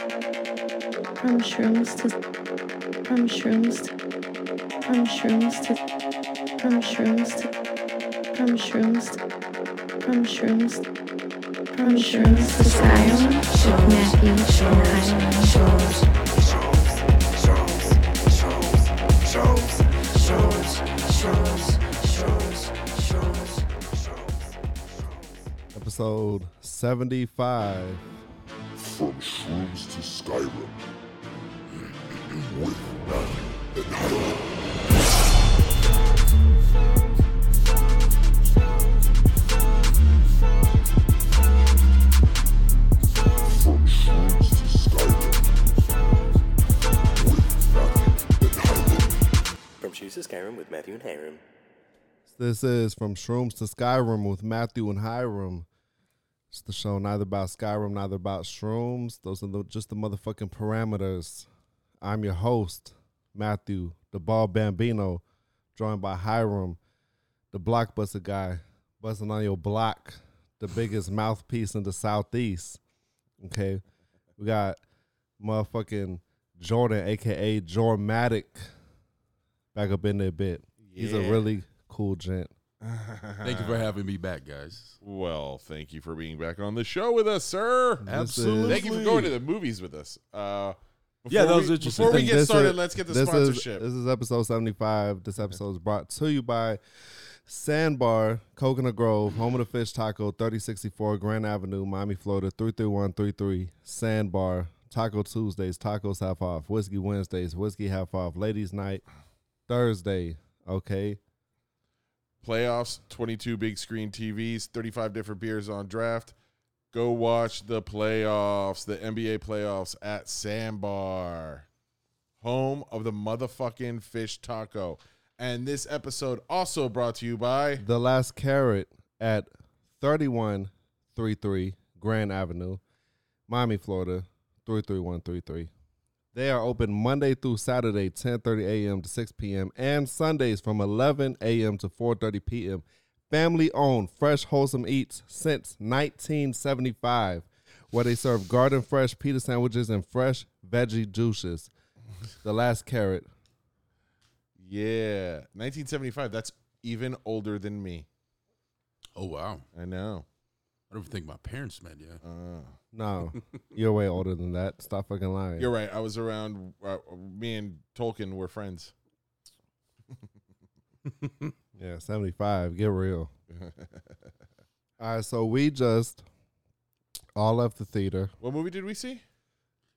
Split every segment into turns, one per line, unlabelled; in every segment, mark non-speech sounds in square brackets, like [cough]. From shrooms to from shrooms to from shrooms to from shrooms to from shrooms to from shrooms to from shrooms to silence. Matthew Shore.
Episode 75.
From Shrooms to Skyrim. With Matt and Helen. From Shrooms to Skyrim. With Matt and Helen.
From Shoes to Skyrim with Matthew and Hiram.
This is From Shrooms to Skyrim with Matthew and Hiram. It's the show neither about Skyrim, neither about shrooms. Those are the, just the motherfucking parameters. I'm your host, Matthew, the ball bambino, joined by Hiram, the blockbuster guy, buzzing on your block, the biggest mouthpiece in the southeast. Okay, we got motherfucking Jordan, aka Jormatic, back up in there a bit. He's a really cool gent.
Thank you for having me back, guys.
Well, thank you for being back on the show with us, sir.
Absolutely.
Thank you for going to the movies with us. Uh,
Yeah, that
before
was
we-
interesting.
Before we
And
get
this
started,
is-
let's get the
this
sponsorship.
Is, this is episode 75. This episode is brought to you by Sandbar, Coconut Grove, Home of the Fish Taco, 3064 Grand Avenue, Miami, Florida, 33133, Sandbar, Taco Tuesdays, Tacos Half Off, Whiskey Wednesdays, Whiskey Half Off, Ladies Night, Thursday, okay?
Playoffs, 22 big screen TVs, 35 different beers on draft. Go watch the playoffs, the NBA playoffs at Sandbar, home of the motherfucking fish taco. And this episode also brought to you by
The Last Carrot at 3133 Grand Avenue, Miami, Florida, 33133. They are open Monday through Saturday, 10:30 a.m. to 6 p.m. and Sundays from 11 a.m. to 4:30 p.m. Family owned, fresh wholesome eats since 1975, where they serve garden fresh pita sandwiches and fresh veggie juices. The Last Carrot.
yeah, 1975. That's even older than me.
Oh wow,
I know.
I don't think my parents met you.
No, you're way older than that. Stop fucking lying.
You're right. I was around. Uh, me and Tolkien were friends.
Yeah, 75. Get real. All right, so we just all left the theater.
What movie did we see?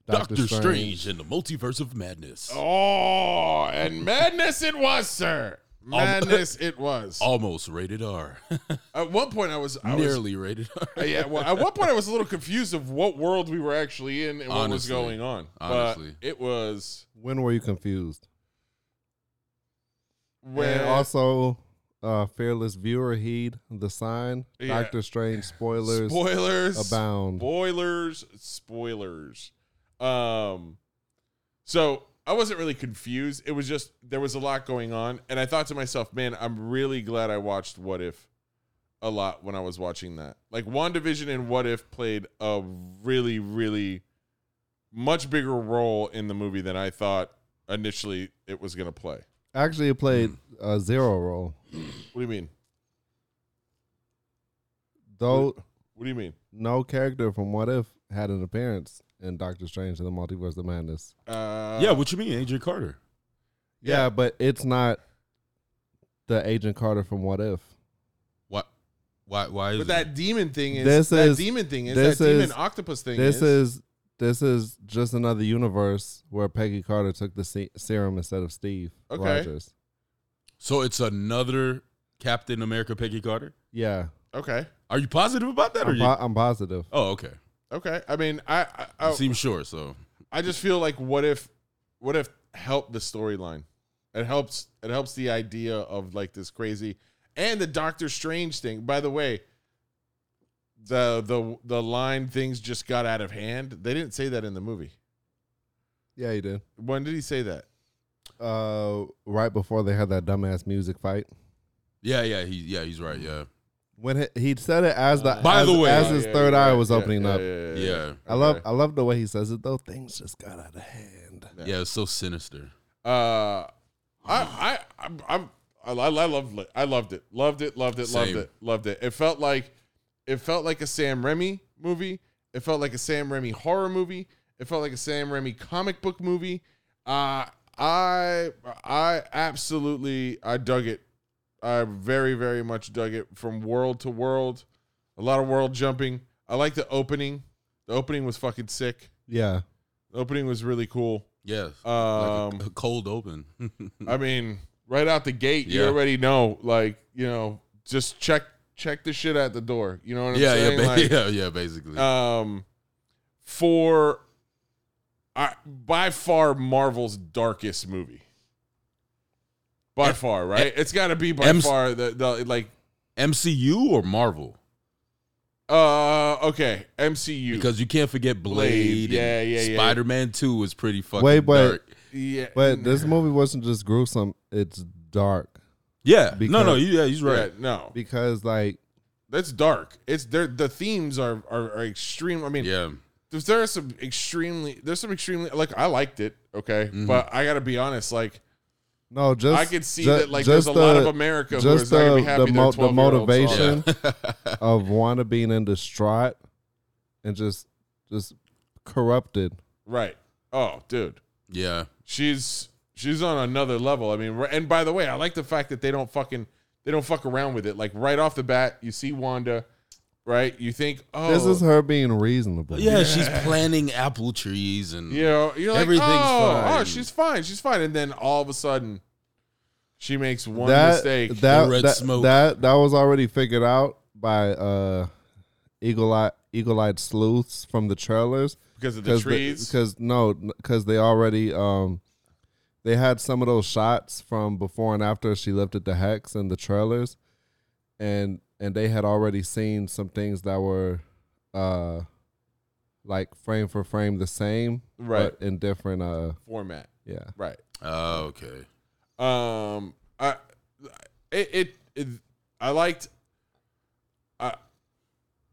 Doctor, Strange. and the Multiverse of Madness.
Oh, and madness it was, sir. [laughs] Madness it was.
Almost rated R. [laughs]
At one point, I was I was-
Nearly rated
uh,
R.
yeah, well, at one point, I was a little confused of what world we were actually in and what was
Honestly.
going on.
Honestly.
but it was
When were you confused?
when
and also, uh, fearless viewer, heed the sign.
Yeah.
Doctor Strange spoilers
spoilers
abound.
Spoilers, spoilers. Um, so I wasn't really confused. It was just there was a lot going on, and I thought to myself, man, I'm really glad I watched What If a lot when I was watching that. Like WandaVision and What If played a really, really much bigger role in the movie than I thought initially it was gonna play.
Actually, it played a zero role.
What do you mean?
Though
What do you mean?
no character from What If had an appearance in Doctor Strange and the Multiverse of Madness.
[laughs] Uh,
yeah, what you mean, Agent Carter?
Yeah, but it's not the Agent Carter from What If.
What? Why? Why is
But that demon thing is
This
that
is-
demon thing is
this
that demon
is-
octopus thing
this
is,
is this is just another universe where Peggy Carter took the se- serum instead of Steve
Okay.
Rogers.
so? It's another Captain America, Peggy Carter.
Yeah,
okay.
Are you positive about that? Or
I'm,
you?
po- I'm positive.
oh, okay.
Okay. I mean, I I, I,
You seem sure. So
I just feel like what if what if helped the storyline? It helps it helps the idea of like this crazy and the Doctor Strange thing. By the way, the the the line things just got out of hand. They didn't say that in the movie.
Yeah, you did.
When did he say that?
Uh, right before they had that dumbass music fight,
yeah, yeah, he, yeah, he's right. Yeah,
When he, he said it as the
By
as-
the way-
as
Yeah,
his
Oh, yeah,
third
yeah,
eye
yeah,
was
yeah,
opening
yeah,
up.
yeah, yeah,
Yeah.
I love
Okay.
I love the way he says it though. Things just got out of hand.
Yeah, it's so sinister.
Uh, I, I, I'm, I'm, I, I loved it. I loved it. Loved it. Loved it. Loved
Same.
it. Loved it. It felt like, it felt like a Sam Raimi movie. It felt like a Sam Raimi horror movie. It felt like a Sam Raimi comic book movie. Uh, I, I absolutely, I dug it. I very, very much dug it from world to world. A lot of world jumping. I like the opening. The opening was fucking sick.
Yeah.
The opening was really cool.
Yeah.
Um,
like a, a cold open. [laughs]
I mean, right out the gate, you
Yeah.
already know. Like, you know, just check check the shit at the door. You know what I'm
yeah, yeah,
saying?
ba- [laughs]
Like,
yeah, yeah, [laughs] basically.
Um, for I, by far Marvel's darkest movie. By
M-
far, right? it's got to be by
M-
far the, the like.
MCU or Marvel?
Uh, okay, MCU.
Because you can't forget
Blade,
Blade.
yeah,
and
yeah, yeah.
Spider-Man 2 was pretty fucking
Wait, but-
dark.
yeah,
But this movie wasn't just gruesome, it's dark.
Yeah. no, no,
Because-
you- yeah, he's
right?
right.
no,
Because like
that's dark. It's there. The themes are are, are extreme. I mean,
Yeah.
there's there are some extremely there's some extremely like I liked it, okay,
Mm-hmm.
but I gotta be honest, like
no, just
I could see
ju-
that like there's a
just
lot
the-
of America who
just
is not gonna be
the,
happy
the,
the,
mo- the
motivation.
motivation of Wanda being in distraught and just just corrupted.
Right. Oh, dude,
[laughs] Yeah.
she's she's on another level. I mean, ri- and by the way, I like the fact that they don't fucking they don't fuck around with it. Like right off the bat, you see Wanda, right? You think, oh,
This is her being reasonable.
Yeah, she's planting apple trees and
You know, you're like,
Everything's
oh,
fine.
oh, she's fine, she's fine, and then all of a sudden, she makes one
that,
mistake.
That,
The red
that,
smoke.
that that was already figured out by uh eagle eye eagle eyed sleuths from the trailers
because of the trees.
because no because they already um they had some of those shots from before and after she lifted the hex in the trailers and and they had already seen some things that were uh like frame for frame the same
Right.
but in different uh
format,
yeah
right?
Oh, okay.
Um, I, it, it, it I liked, I,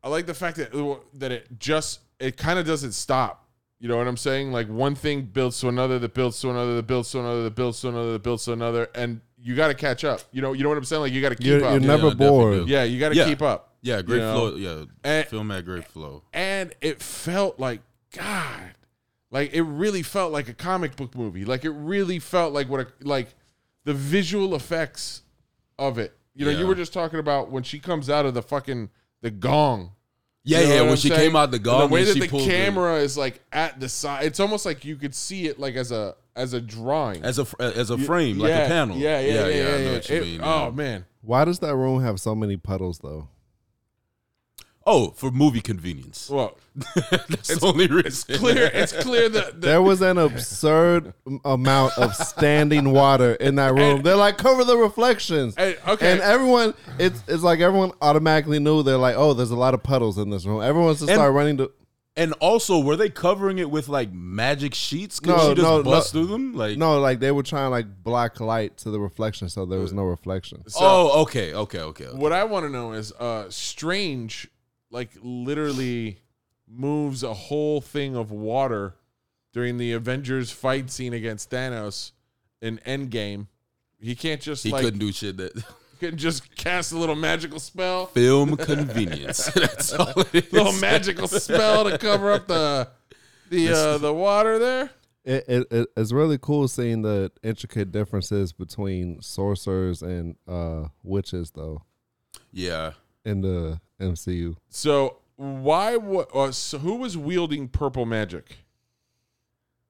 I like the fact that it- that it just it kind of doesn't stop. You know what I'm saying? Like one thing builds to another, that builds to another, that builds to another, that builds to another, that builds to another, and you got to catch up. You know, you know what I'm saying? Like you got to keep
you're,
up.
you're never
definitely
bored
do.
yeah, you got to
Yeah.
keep up.
Yeah, great
You know?
flow. Yeah.
And-
film had great flow.
and it felt like God, like it really felt like a comic book movie. Like it really felt like what a like the visual effects of it. You know,
Yeah.
you were just talking about when she comes out of the fucking the gong.
Yeah,
You know
yeah.
what
When
I'm
she
saying?
came out the gong,
the way
and
that
she
the
pulled
camera is like at the side, it's almost like you could see it like as a as a drawing,
as a fr- as a frame, like
Yeah,
a panel.
Yeah, yeah, yeah, yeah.
I know
yeah.
what you
It-
mean. yeah.
Oh man,
why does that room have so many puddles though
Oh, for movie convenience.
well,
[laughs] That's the only reason. It's
clear. It's clear that the,
There was an absurd m- amount of standing water in that room. They're like, cover the reflections.
Hey, okay.
And everyone, it's it's like everyone automatically knew. They're like, oh, there's a lot of puddles in this room. Everyone's just
And-
start running to.
and also, were they covering it with like magic sheets? Could
No,
she just
no,
bust
no.
through them? Like
No, like they were trying like black light to the reflection, so there was no reflection.
so-
Oh, okay, okay, okay. okay.
What I want to know is uh Strange like literally moves a whole thing of water during the Avengers fight scene against Thanos in Endgame. He can't just
He
like
couldn't do shit that [laughs]
couldn't just cast a little magical spell.
film convenience. [laughs] That's all it
[laughs]
is.
Little magical spell to cover up the the uh, the water there.
It, it, it it's really cool seeing the intricate differences between sorcerers and uh, witches, though,
Yeah.
in the MCU.
So why wa- uh, so who was wielding purple magic?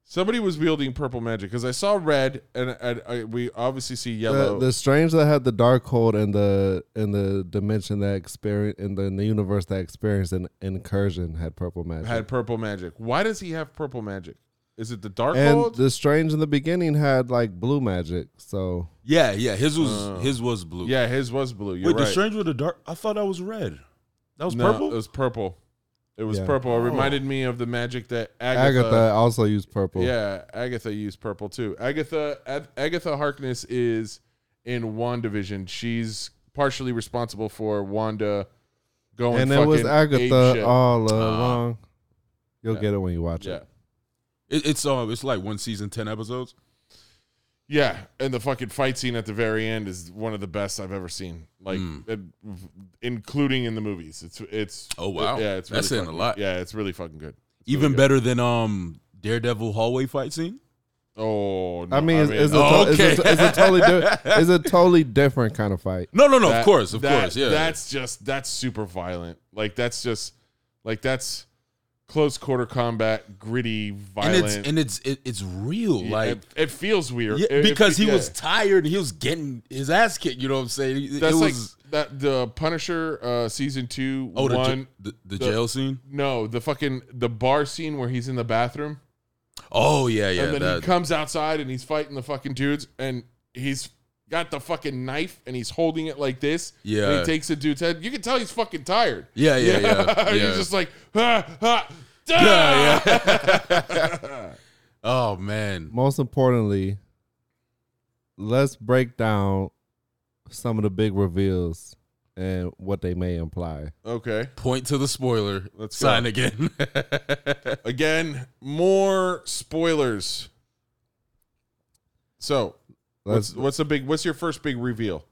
Somebody was wielding purple magic because I saw red and, and I, we obviously see
The,
yellow.
the strange that had the dark hold and the and the dimension that experience in the, in the universe that experienced an incursion had purple magic.
had purple magic. Why does he have purple magic? Is it the dark
and
hold?
the strange in the beginning had like blue magic. So
Yeah, yeah. His was
Uh,
his was blue.
yeah, his was blue. You're
Wait,
right.
the strange with the dark. I thought that was red. That was
No,
purple. Oh.
It was purple. It was
Yeah.
purple. It reminded me of the magic that
Agatha,
Agatha.
also used purple.
Yeah, Agatha used purple too. Agatha Ag- Agatha Harkness is in WandaVision. She's partially responsible for Wanda going.
and it was
fucking
Agatha
apeshit.
all
Ah.
along. You'll
Yeah.
get it when you watch
yeah,
it.
It, it's um, it's like one season, ten episodes.
yeah, and the fucking fight scene at the very end is one of the best I've ever seen. Like,
Hmm.
Mm.
it- including in the movies, it's it's.
Oh, wow.
yeah, it's
That's saying a
fucking-
lot.
Yeah, it's really fucking good. It's really
Even
good.
better than um, Daredevil hallway fight scene.
Oh, no,
I mean, it's, it's, a,
Oh,
to- it's a-
okay.
it's a totally
[laughs]
di- it's a totally different kind of fight.
No, no, no.
that-
of course, of
that-
course. Yeah.
That's just that's super violent. Like that's just like that's close quarter combat, gritty,
and
violent.
it's and it's it, it's real.
Yeah,
like
it, it feels weird
Yeah,
It- it-
because he
yeah.
was tired. He was getting his ass kicked. You know what I'm saying? It-
That's
it
like
was
that the Punisher uh season two
oh
one
the, j- the, the
the-
jail scene.
no the fucking the bar scene where he's in the bathroom
Oh yeah, yeah.
and then
that-
he comes outside and he's fighting the fucking dudes and he's got the fucking knife and he's holding it like this and
Yeah.
he takes the dude's head you can tell he's fucking tired [laughs]
yeah, yeah, yeah. yeah.
You're just like, ha, ha, da! [laughs]
oh man.
Most importantly, let's break down some of the big reveals and what they may imply.
Okay.
Point to the spoiler.
Let's go.
sign again. [laughs]
Again, more spoilers. So,
Let's
what's what's the big? What's your first big reveal?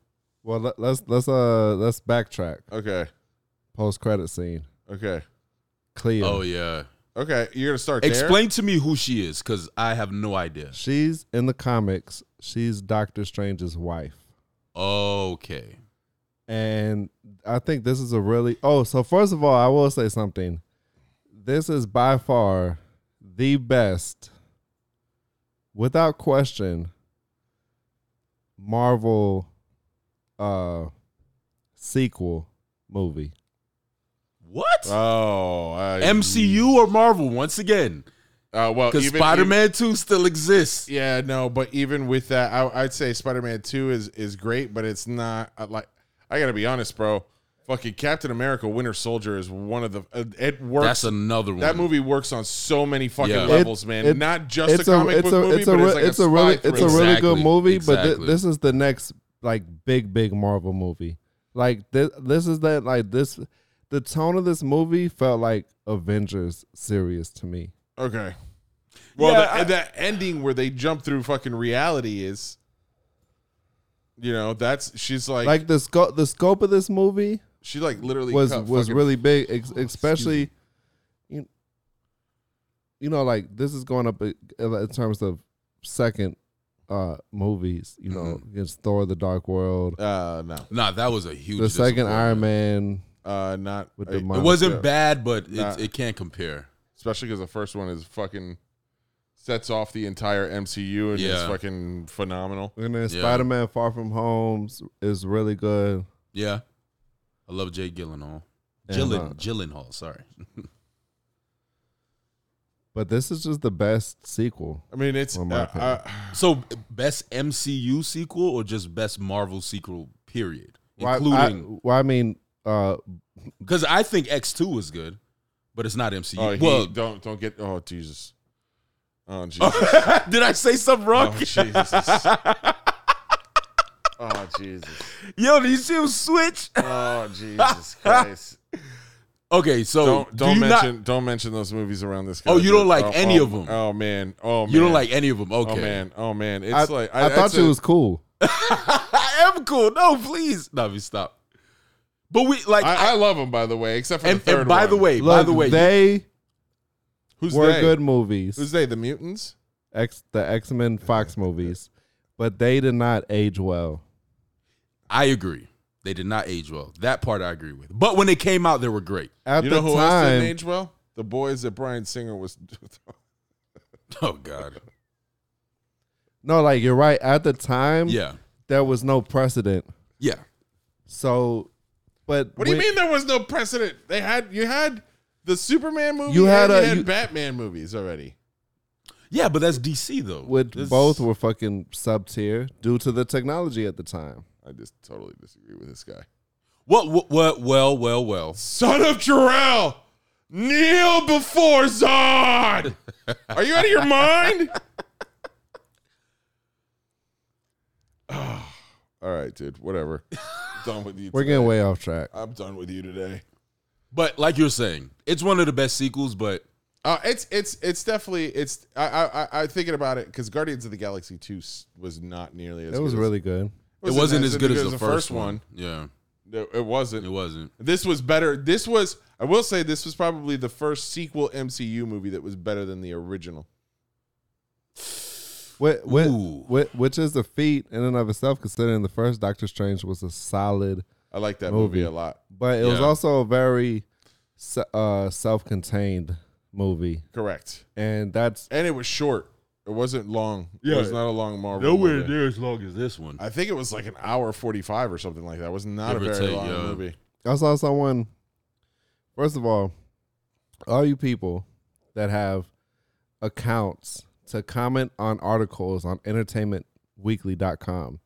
well let, let's let's uh let's backtrack.
Okay.
Post credit scene.
Okay.
Cleo.
Oh yeah.
Okay. You're gonna start. there?
Explain to me who she is, because I have no idea.
She's in the comics. She's Doctor Strange's wife.
Okay.
And I think this is a really oh, so first of all, I will say something. This is by far the best, without question, Marvel uh sequel movie.
What?
Oh, I,
MCU or Marvel once again?
Uh, well,
Because
even-
Spider Man Two still exists.
Yeah, no, but even with that, I, I'd say Spider-Man Two is is great, but it's not uh, like I gotta be honest, bro. Fucking Captain America: Winter Soldier is one of the uh, it works.
That's another one.
that movie works on so many fucking
Yeah. It-
levels, man.
it-
Not just a comic book movie, but it's
re-
like a,
it's a really it's a
thriller.
really good
Exactly,
movie, but
exactly.
th- this is the next like big big Marvel movie. Like this this is that like this the tone of this movie felt like Avengers series to me.
okay. Well,
Yeah,
the,
I-
that ending where they jump through fucking reality is, you know, that's she's like,
Like the scope the scope of this movie
she like literally
was
cut
was
fucking-
really big, ex- especially you, you know like this is going up i- in terms of second uh movies. You know,
Mm-hmm.
it's Thor: The Dark World,
uh no
Nah, that was a huge.
the second Iron
disappointment.
Man.
uh not
With the
I-
It
mon-
wasn't
Yeah.
bad, but it,
Nah.
it can't compare.
especially because the first one is fucking sets off the entire MCU and it's
Yeah.
fucking phenomenal.
And then
Yeah.
Spider Man Far From Home is really good.
Yeah, I love Jay Gyllenhaal.
And,
Gyllen
uh,
Gyllenhaal, sorry.
But this is just the best sequel.
I mean, it's
Well, my
uh,
opinion.
uh,
So, best MCU sequel or just best Marvel sequel? Period,
Why- I-
including
well, I mean, uh,
because I, think X two was good, but it's not MCU.
oh, he- [laughs]
well, [laughs]
don't don't get oh Jesus, oh Jesus,
did I say something wrong?
oh Jesus, oh Jesus,
Yo, did you see him switch? [laughs]
oh Jesus Christ.
Okay, so
Don't
Oh, do
don't
you not-
mention don't mention those movies around this.
Oh,
guy,
you don't
dude.
like
Oh,
any
oh,
of 'em.
Oh man, oh man,
you don't like any of them. Okay,
Oh
[laughs]
man, oh man, it's
I,
like
I, thought
it's
you
a-
was cool.
I am cool. No, please, no, we stop. But we like,
I, I love them by the way, except for
and,
the
and
third
by
one.
the way, by
Look,
the way,
they
who's
were
they?
good movies.
Who's they? The mutants?
X the X Men Fox movies, but they did not age well.
I agree. They did not age well. That part I agree with. But when they came out, they were great.
At
you
the
know who else
time,
didn't age well? The boys that Brian Singer was.
[laughs]
[laughs]
Oh God.
no, like you're right. At the time,
Yeah.
there was no precedent.
Yeah.
So, but
what do you
when-
mean there was no precedent? They had you had the Superman movie.
You had
and
a-
you had
you-
Batman movies already.
Yeah, but that's DC though.
With
This-
both were fucking sub tier due to the technology at the time.
I just totally disagree with this guy.
What? What? What? Well, well, well.
Son of Jarrell, kneel before Zod. Are you out of your
[laughs]
mind? [sighs] All right, dude. Whatever. done with you.
We're
today.
getting way off track.
I'm done with you today.
But like you were saying, it's one of the best sequels. But
Uh, it's it's it's definitely it's I I I- I'm thinking about it because Guardians of the Galaxy Two s- was not nearly as
It was
good as-
really good.
it wasn't as good as the,
first, one.
Yeah,
No, It wasn't.
it wasn't.
This was better. This was I will say this was probably the first sequel MCU movie that was better than the original.
Wh- wh-
Ooh.
wh- which is a feat in and of itself, considering the first Doctor Strange was a solid,
I like that
Movie.
movie a lot.
but it was
Yeah.
also a very se- uh, self-contained movie,
Correct.
and that's
And it was short. It wasn't long.
Yeah.
It was not a long Marvel. movie.
near as long as this one.
I think it was like an hour forty five or something like that. It was not
Give
a
or
very
take,
long
yeah.
movie.
I saw someone. First of all, all you people that have accounts to comment on articles on entertainmentweekly.com,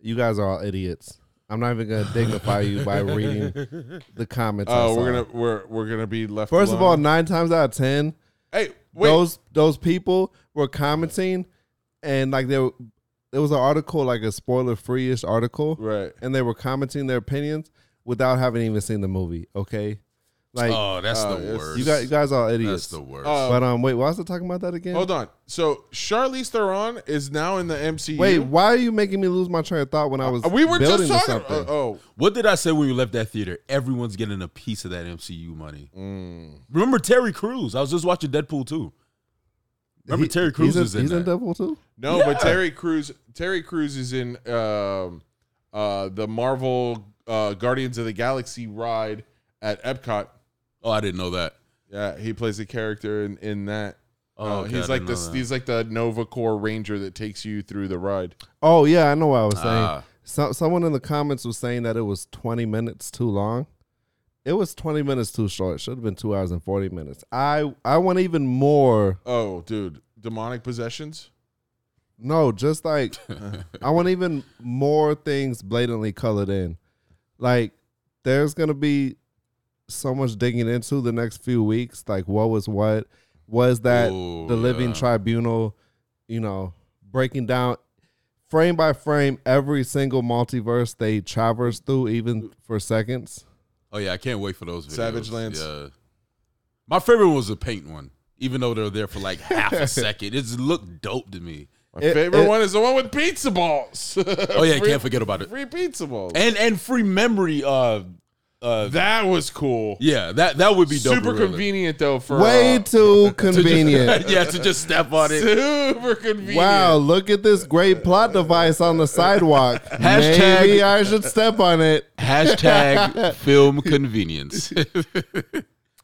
you guys are all idiots. I'm not even going to dignify you by
[laughs]
reading the comments. I
Oh,
saw.
we're gonna we're we're gonna be left.
First of all,
alone.
nine times out of ten,
hey, wait.
those those people were commenting, and like there, there was an article, like a spoiler free-ish article,
right.
and they were commenting their opinions without having even seen the movie. Okay, like
oh, that's
Uh,
the
it's-
worst.
you guys, you guys are
that's
idiots.
the worst.
Uh,
but um, wait, why was I talking about that again?
Hold on. So Charlize Theron is now in the MCU.
wait, why are you making me lose my train of thought when I was
Uh, we were
building
just
to
talking.
something?
Oh, oh,
what did I say when we left that theater? Everyone's getting a piece of that MCU money.
Mm.
Remember Terry Crews? I was just watching Deadpool too. Remember
He-
Terry Crews
he's in,
is in
he's in
that.
Deadpool too.
no, but Terry Crews. Terry Crews is in um, uh, the Marvel uh, Guardians of the Galaxy ride at Epcot.
Oh, I didn't know that.
Yeah, he plays a character in in that.
Oh,
Uh,
okay, I
he's
didn't
like
know
this.
that.
He's like the Nova Corps Ranger that takes you through the ride.
Oh yeah, I know what I was saying.
Ah.
So, someone in the comments was saying that it was 20 minutes too long. It was 20 minutes too short. It should have been two hours and 40 minutes. I I want even more.
Oh, dude, demonic possessions.
No, just like I want even more things blatantly colored in. Like there's gonna be so much digging into the next few weeks. Like what was what? Was that
Ooh,
the living
yeah.
tribunal, you know, breaking down frame by frame every single multiverse they traverse through, even for seconds?
Oh yeah, I can't wait for those. Videos.
Savage Lands.
Yeah. My favorite one was the paint one. Even though they're there for like
[laughs]
half a second, it looked dope to me.
My
It-
favorite
it-
one is the one with pizza balls. [laughs]
Oh yeah, can't forget about it.
Free pizza balls.
And and free memory. Uh, uh,
that was cool.
yeah, that that would be dope.
Super
really.
convenient though for
Way
uh,
too
[laughs] To just-
convenient.
[laughs] yeah, to just step on it.
[laughs] super convenient.
Wow, look at this great plot device on the sidewalk.
Hashtag-
Maybe I should step on it.
Hashtag film convenience.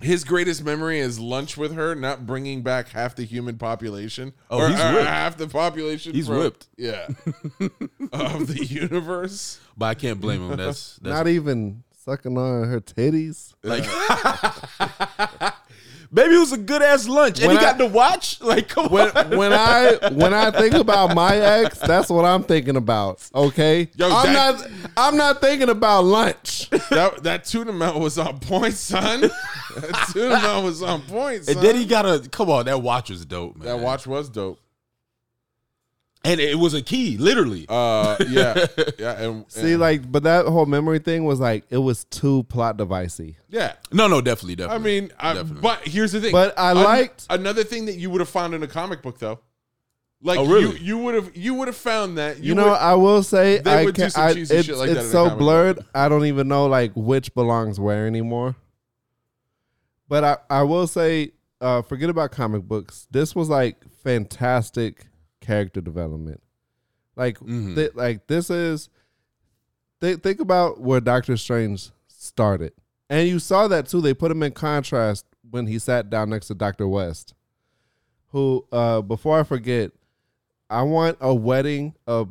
His greatest memory is lunch with her, not bringing back half the human population. uh,
Oh, he's whipped.
half the population.
He's
from-
whipped.
Yeah, [laughs] of the universe.
but I can't blame
[laughs]
him. That's, that's
Not even sucking on her titties.
like.
[laughs]
Maybe it was a good ass lunch, and
When
he got
I-
to watch. Like, come
When,
on.
when I when I think about my ex, that's what I'm thinking about. Okay,
Yo,
I'm
that-
not I'm not thinking about
[laughs]
lunch.
That that tuna melt was on point, son. [laughs] That tuna melt was on point. Son.
And then he got a come on. That watch was dope, man.
that watch was dope.
and it was a key, literally.
Uh,
[laughs]
yeah, yeah, and
See,
and-
like, but that whole memory thing was like it was too plot devicey.
yeah.
no, no, definitely,
I
definitely.
mean, I,
Definitely.
but here's the thing.
But I
An-
liked-
another thing that you would have found in a comic book, though. Like
Oh, really?
you, you would have, you would have found that.
You, know, I will say
they
I
would do
can,
some
I,
cheesy
it's,
shit like that
it's
in a
so
comic book.
blurred. I don't even know like which belongs where anymore. But I, I will say, uh, forget about comic books. This was like fantastic character development. Like
Mm-hmm.
Mhm.
thi- like this is th- think about where Doctor Strange started. And you saw that too. They put him in contrast when he sat down next to Doctor West. Who uh before I forget, I want a wedding, a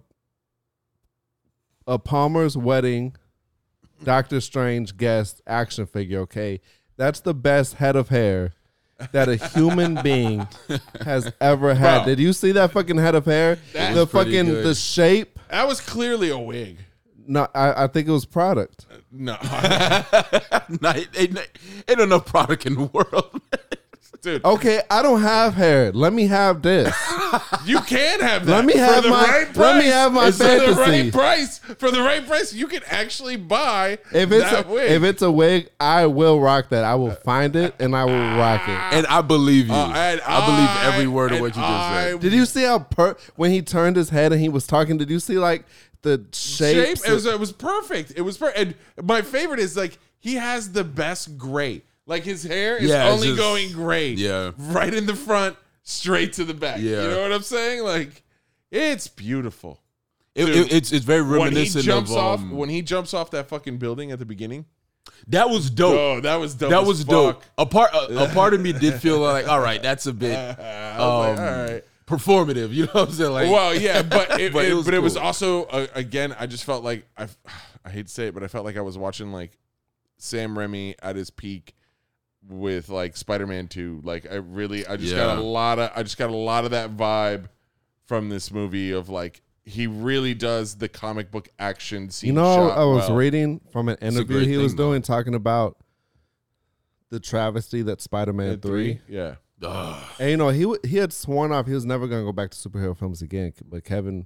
a Palmer's wedding, Doctor Strange guest action figure. Okay, that's the best head of hair that a
[laughs]
human being has ever had.
Bro.
Did you see that fucking head of hair?
That
the
was pretty
fucking
good.
the shape.
that was clearly a wig.
No, I, I think it was product.
No, [laughs] [laughs]
Nah, ain't, ain't enough product in the [laughs] world.
dude.
Okay, I don't have hair. Let me have this.
You can have that.
Let me
For
have
the
my-
right price.
let me have my
For the
fantasy.
right price. For the right price, you can actually buy
If it's
that
a,
wig.
if it's a wig, I will rock that. I will find it and I will rock it.
And I believe you.
Uh, and
I believe every word of
and
what you just
I
said.
Did you see how per when he turned his head and he was talking? Did you see like the shapes?
shape. It was, it was perfect. It was perfect. And my favorite is like he has the best gray. Like his hair is
Yeah, it's
only
just-
going gray.
yeah.
Right in the front, straight to the back.
Yeah.
You know what I'm saying? Like it's beautiful.
It-
Dude.
it- it's it's very
When he
reminiscent
jumps
of
off
um,
when he jumps off that fucking building at the beginning.
that was dope.
Oh, that was dope.
that
as
was
fuck.
dope. A part a, a part of me did
[laughs]
feel like, all right, that's a bit
Ah, I was like,
um,
all right.
performative. You know what I'm saying? Like,
well, yeah, but it,
But it
it-
was
but it was
cool.
also uh, again. I just felt like I, [sighs] I hate to say it, but I felt like I was watching like Sam Remy at his peak with like Spider Man Two. Like I really, I just got
Yeah.
a lot of, I just got a lot of that vibe from this movie of like he really does the comic book action scene.
you know,
shot
I was
well.
reading from an
a
interview
great
he was
thing, though.
doing talking about the travesty that Spider Man
At
three.
yeah.
Ugh.
And you know, he w- he had sworn off he was never going to go back to superhero films again. But Kevin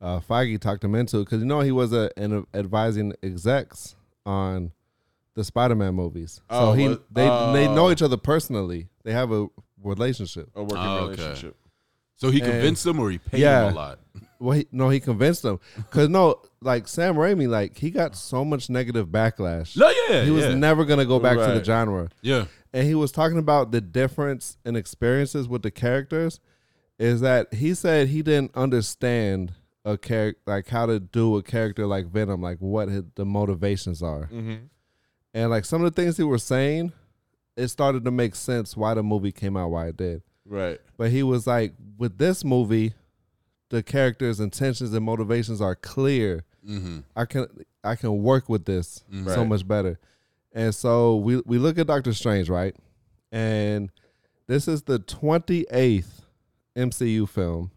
uh, Feige talked him into it because you know he was a, an advising execs on the Spider-Man movies.
Oh,
so he
was-
they they know
oh.
each other personally. They have a relationship.
A working
Oh, okay.
relationship.
so he convinced them, or he paid
Yeah.
them a lot.
Well, he, no, he convinced them because no, like Sam Raimi, like he got so much negative backlash.
No, yeah,
he was
yeah.
never going to go back to the
Right.
genre.
yeah.
and he was talking about the difference in experiences with the characters is that he said he didn't understand a character like how to do a character like Venom, like what his, the motivations are, and like some of the things he was saying, it started to make sense why the movie came out why it did.
Right.
But he was like, with this movie, the characters' intentions and motivations are clear.
Mm-hmm.
I can I can work with this so
Mm-hmm. Right.
much better. And so we we look at Doctor Strange, right? And this is the 28th MCU film,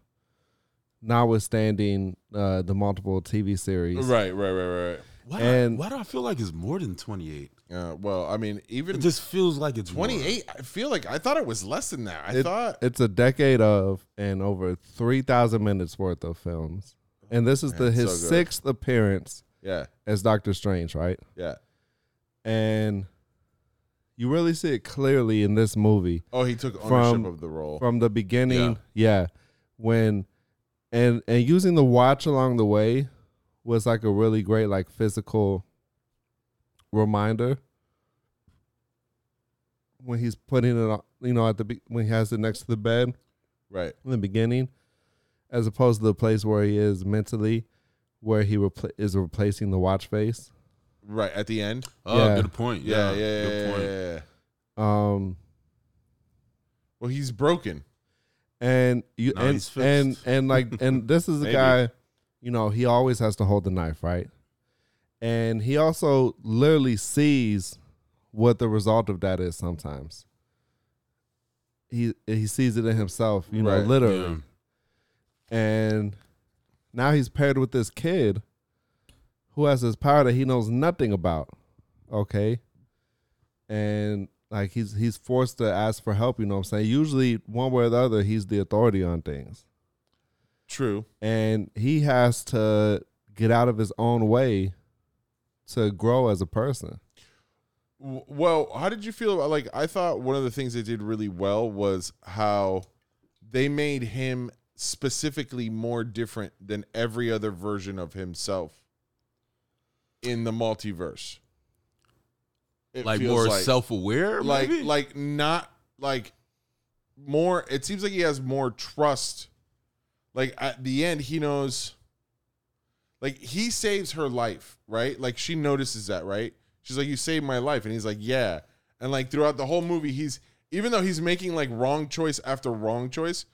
notwithstanding uh, the multiple TV series.
Right. Right. Right. Right.
Why,
And-
why do I feel like it's more than 28?
Uh, well, I mean, even
It just feels like it's more.
28 i feel like i thought it was less than that i
It-
thought
It's a decade of and over 3,000 minutes worth of films. And this is the
Man,
his
so good.
sixth appearance
yeah
as Doctor Strange, right?
yeah
And you really see it clearly in this movie.
oh he took
From-
ownership of the role
from the beginning. Yeah. When and and using the watch along the way was like a really great like physical reminder when he's putting it on, you know, at the be- when he has it next to the bed
right
in the beginning, as opposed to the place where he is mentally, where he repl- is replacing the watch face.
right at the end
Oh,
Yeah.
good point.
yeah yeah
Yeah,
yeah,
good
yeah,
point.
yeah, yeah.
Um,
well he's broken
and you
No,
and
he's fixed.
and and like
[laughs]
and this is a
Maybe.
guy you know he always has to hold the knife right and he also literally sees what the result of that is sometimes he he sees it in himself you know
Right,
literally and now he's paired with this kid who has this power that he knows nothing about okay and like he's he's forced to ask for help you know what i'm saying usually one way or the other he's the authority on things
true
and he has to get out of his own way to grow as a person
W- well how did you feel about like i thought one of the things they did really well was how they made him specifically more different than every other version of himself in the multiverse It
Like
feels
more self-aware,
like
maybe?
like not like more it seems like he has more trust like at the end he knows like he saves her life right like she notices that right she's like you saved my life and he's like yeah and like throughout the whole movie he's even though he's making like wrong choice after wrong choice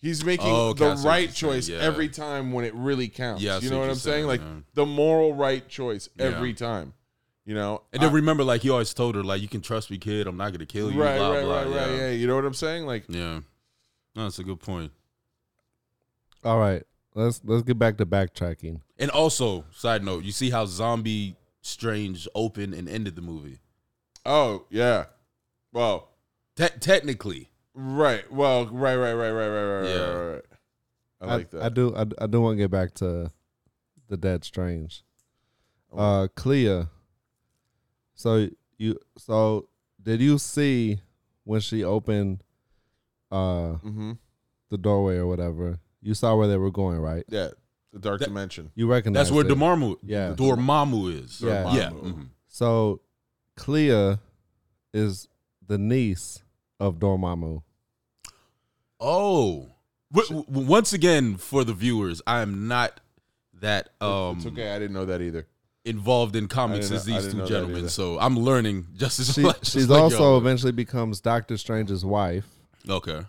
he's making
Oh, okay, I
the
see what
right
you're saying,
choice
yeah.
every time when it really counts
Yeah, I
you
see
know
what
what
you're
i'm saying,
saying,
like
yeah.
the moral right choice
Yeah.
every time you know
and then remember, like he always told her, like you can trust me, kid. I'm not gonna kill you.
right,
blah,
right,
blah,
right, right. Yeah, you know what I'm saying? Like,
Yeah. No, that's a good point.
all right let's let's get back to backtracking
And also, side note, you see how Zombie Strange opened and ended the movie.
oh yeah, well,
Te- technically,
Right. Well, right, right, right, right, right, right,
Yeah.
right, right, right. I like that.
I do. I, I do want to get back to the Dead Strange. Uh, Clea. So you. So did you see when she opened uh
mm-hmm.
the doorway or whatever? You saw where they were going, right?
Yeah. The dark
That-
dimension.
You recognize
That's where
it.
Dormammu,
Yeah.
Dormammu is.
Yeah.
yeah.
Dormammu.
mhm.
So Clea is the niece of
[laughs]
Dormammu.
Oh, w- w- once again for the viewers, I am not that um
it's okay. I didn't know that either.
involved in comics
I
as
didn't- I
these
didn't
two
know that
gentlemen,
either.
so I'm learning just as
She,
much. as
she's
like
also
y'all are.
eventually becomes Doctor Strange's wife.
okay.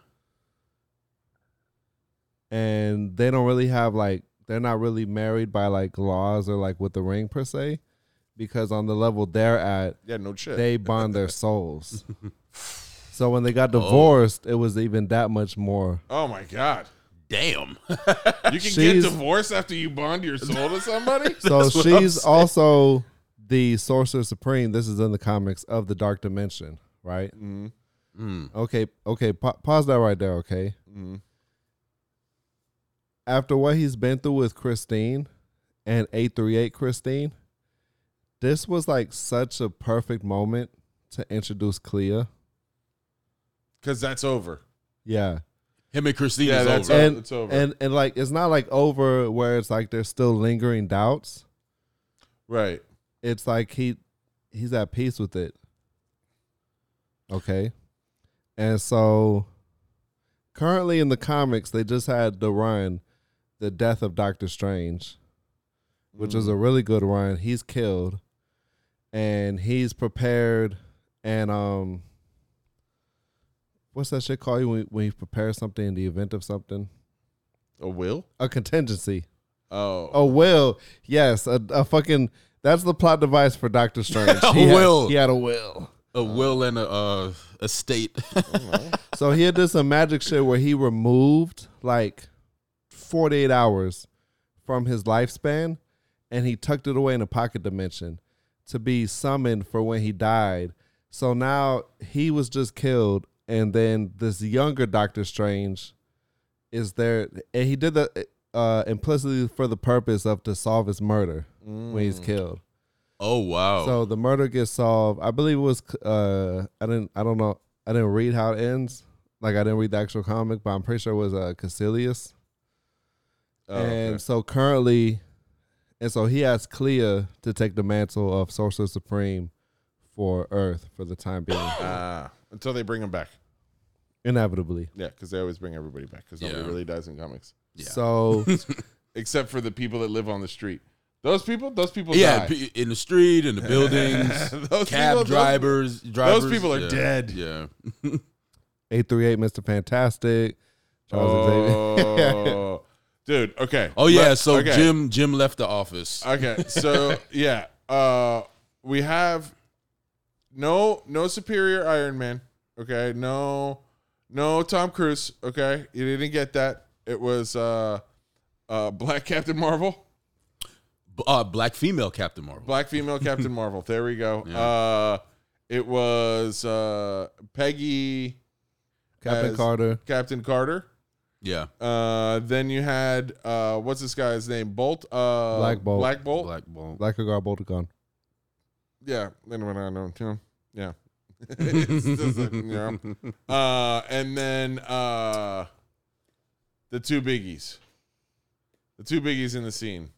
and they don't really have like they're not really married by like laws or like with the ring per se because on the level they're at
Yeah. No shit.
they bond their souls so when they got divorced it was even that much more
oh my god.
Damn. [laughs]
You can get
She's-
divorced after you bond your soul to [laughs] somebody.
so
[laughs] That's what I'm
she's
saying.
also the sorcerer supreme this is in the comics of the dark dimension right
mm-hmm.
Mm.
okay okay pa- pause that right there okay
Mm-hmm.
after what he's been through with Christine and 838 Christine, this was like such a perfect moment to introduce Clea.
Because that's over.
Yeah.
Him and Christine
Yeah,
is
that's
over.
it.
and
it's over.
and and like it's not like over where it's like there's still lingering doubts.
Right.
It's like he he's at peace with it. Okay. And so currently in the comics they just had the run the death of Doctor Strange. which is a really good run. He's killed, and he's prepared. And um, what's that shit called you when, when you prepare something in the event of something?
a will.
A contingency.
Oh.
Uh,
A will. Yes, a, a fucking. That's the plot device for Doctor Strange.
[laughs] A
He had-
will.
he had a will.
a will and a uh, estate.
So he had did some magic shit where he removed like 48 hours from his lifespan and he tucked it away in a pocket dimension to be summoned for when he died. So now he was just killed and then this younger Doctor Strange is there and he did that uh implicitly for the purpose of to solve his murder when
Mm.
he's killed.
oh wow.
So the murder gets solved. I believe it was uh I didn't I don't know I didn't read how it ends. Like I didn't read the actual comic, but I'm pretty sure it was uh Cassilius.
Oh,
and
okay.
so currently and so he asked Clea to take the mantle of Sorcerer Supreme for Earth for the time being.
[coughs] Ah. Until they bring him back.
inevitably.
Yeah. Because they always bring everybody back. Because nobody
Yeah.
really dies in comics.
Yeah.
So
Except for the people that live on the street. Those people, those people
yeah,
die.
pe- in the
[laughs]
street, in the buildings,
Those
cab
people- those-
drivers, drivers.
people are
yeah,
dead.
Yeah.
838 Mr. Fantastic. Charles Xavier.
Oh, [laughs] dude. Okay.
Oh yeah.
But-
so
okay.
Jim, Jim left the office.
Okay.
[laughs]
So yeah, uh, we have no no superior Iron Man. Okay. No no Tom Cruise. Okay. You didn't get that. It was uh, uh, Black [laughs] Captain Marvel.
B- uh, black female Captain Marvel.
Black female
[laughs]
Captain Marvel. There we go.
Yeah.
Uh, it was uh, Peggy
Captain
as-
Carter.
Captain Carter.
yeah.
Uh, then you had uh, what's this guy's name? Bolt. Uh,
Black Bolt.
Black Bolt.
Black Bolt.
Black Agar Boltagon.
Yeah. Then went on down to him. Yeah. [laughs] It's just like, you know.
[laughs]
Uh, and then uh, the two biggies, the two biggies in the scene.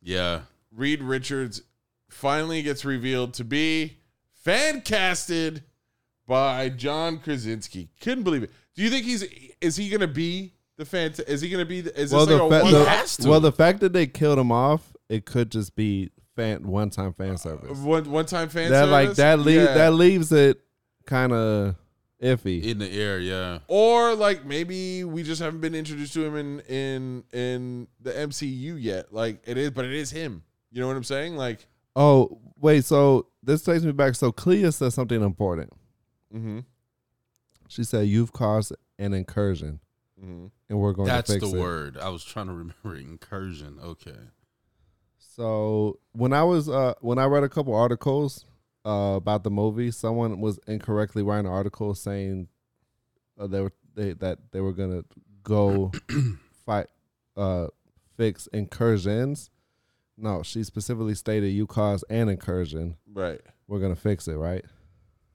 Yeah.
Reed Richards finally gets revealed to be fan casted by John Krasinski. Couldn't believe it. Do you think he's is he gonna be the fan? Is he gonna be? The, is
Well
this
the,
like a
fa-
one
He
the-
has to.
well, the fact that they killed him off, it could just be fan one time fan service.
one one time Uh, fan
that like
service?
that leaves
Yeah.
that leaves it kind of iffy.
In the air. Yeah.
or like maybe we just haven't been introduced to him in in in the MCU yet. Like it is, but it is him. You know what I'm saying? Like,
oh wait, so this takes me back. So Clea said something important.
mm-hmm,
She said, "You've caused an incursion,
mm-hmm.
and we're going
That's
to
the
fix it."
word. I was trying to [laughs] remember it. incursion. Okay.
So when I was uh, when I read a couple articles uh, about the movie, someone was incorrectly writing an article saying uh, they were they that they were gonna go fight uh fix incursions. No, she specifically stated you caused an incursion.
Right.
We're gonna fix it, right?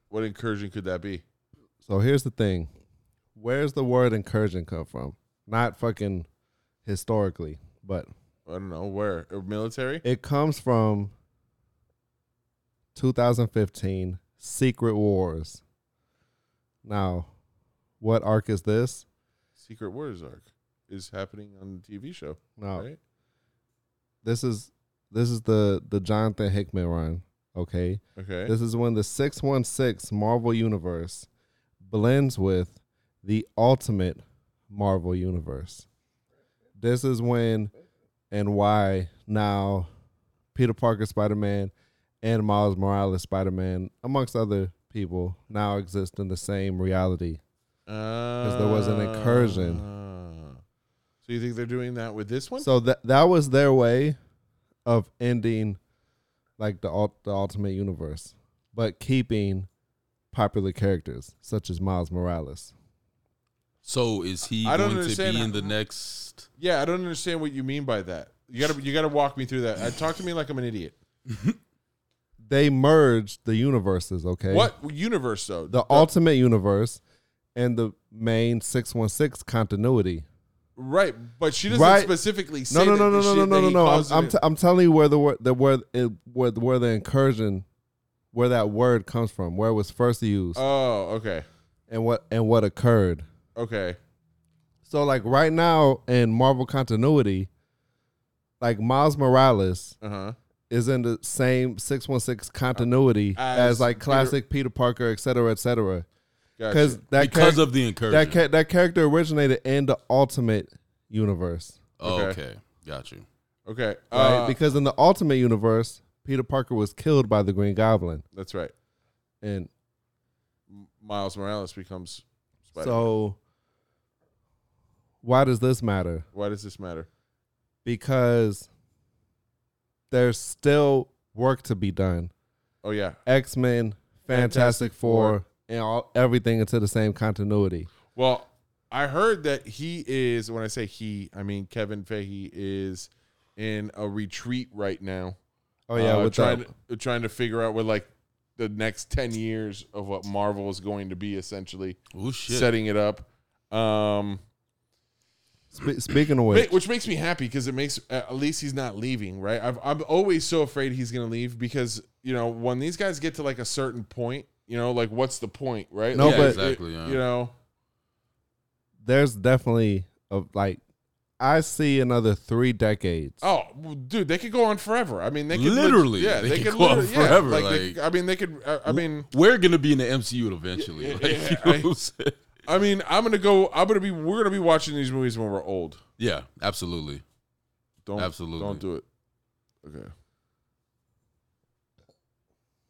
What incursion could that be?
So here's the thing. Where's the word incursion come from? Not fucking historically, but
I don't know. Where? Uh, Military?
it comes from 2015 Secret Wars. Now, what arc is this?
Secret Wars arc is happening on the TV show.
No,
Right?
this is this is the the Jonathan Hickman run. Okay,
Okay.
this is when the 616 Marvel Universe blends with the Ultimate Marvel Universe. This is when and why now Peter Parker Spider Man and Miles Morales Spider Man, amongst other people, now exist in the same reality.
Because
there was an incursion.
Ah. So you think they're doing that with this one?
So that that was their way of ending like the ult- the ultimate universe, but keeping popular characters such as Miles Morales.
So is he
I don't
going to
understand
be in
how-
the next?
yeah, I don't understand what you mean by that. You gotta you gotta walk me through that. Uh, talk to me like I'm an idiot.
They merged the universes, okay?
What universe though?
The ultimate universe and the main 616 continuity.
right, but she doesn't
Right.
specifically say
No, no,
that
no, no,
the
no,
shit
no, no,
that
no,
he
no. I'm
calls it
I'm,
in-
t- I'm telling you where the word the where it where, the- where the incursion where that word comes from, where it was first used
oh, okay,
and what and what occurred.
okay.
So like right now in Marvel continuity, like Miles Morales
Uh huh.
is in the same six one six continuity as,
as
like
Peter-
classic Peter, Parker, et cetera, et cetera. Because
Gotcha.
that
Because
charac-
of the incursion.
that cha- that character originated in the Ultimate universe,
oh,
Okay.
okay. got you.
Okay.
right?
Uh,
because in the Ultimate universe, Peter Parker was killed by the Green Goblin,
that's right.
and
Miles Morales becomes Spider. So
so why does this matter?
why does this matter?
Because there's still work to be done.
Oh yeah.
X Men, Fantastic Four, and all everything into the same continuity.
Well, I heard that he is. When I say he, I mean Kevin Feige is in a retreat right now.
Oh yeah,
uh,
with
trying
that,
to, trying to figure out what like the next ten years of what Marvel is going to be, essentially
Oh shit.
setting it up. Um,
spe- speaking of
Ma-
which,
which makes me happy because it makes uh, at least he's not leaving, right? I've, I'm always so afraid he's gonna leave because you know when these guys get to like a certain point, you know, like what's the point, right?
No,
Like,
but-
it-
Exactly, yeah.
You know,
there's definitely of like, I see another three decades.
oh, well, dude, they could go on forever. I mean, they could lit-
Literally,
yeah,
they
they,
could
could
go on
literally- yeah,
forever,
Like, they
like-
could- I mean, they could. I, I mean,
We're gonna be in the MCU eventually.
Yeah,
[laughs] like,
yeah,
you know
I-
what I'm saying?
I mean, I'm gonna go. I'm gonna be. We're gonna be watching these movies when we're old.
yeah, absolutely.
Don't
Absolutely.
Don't do it. Okay.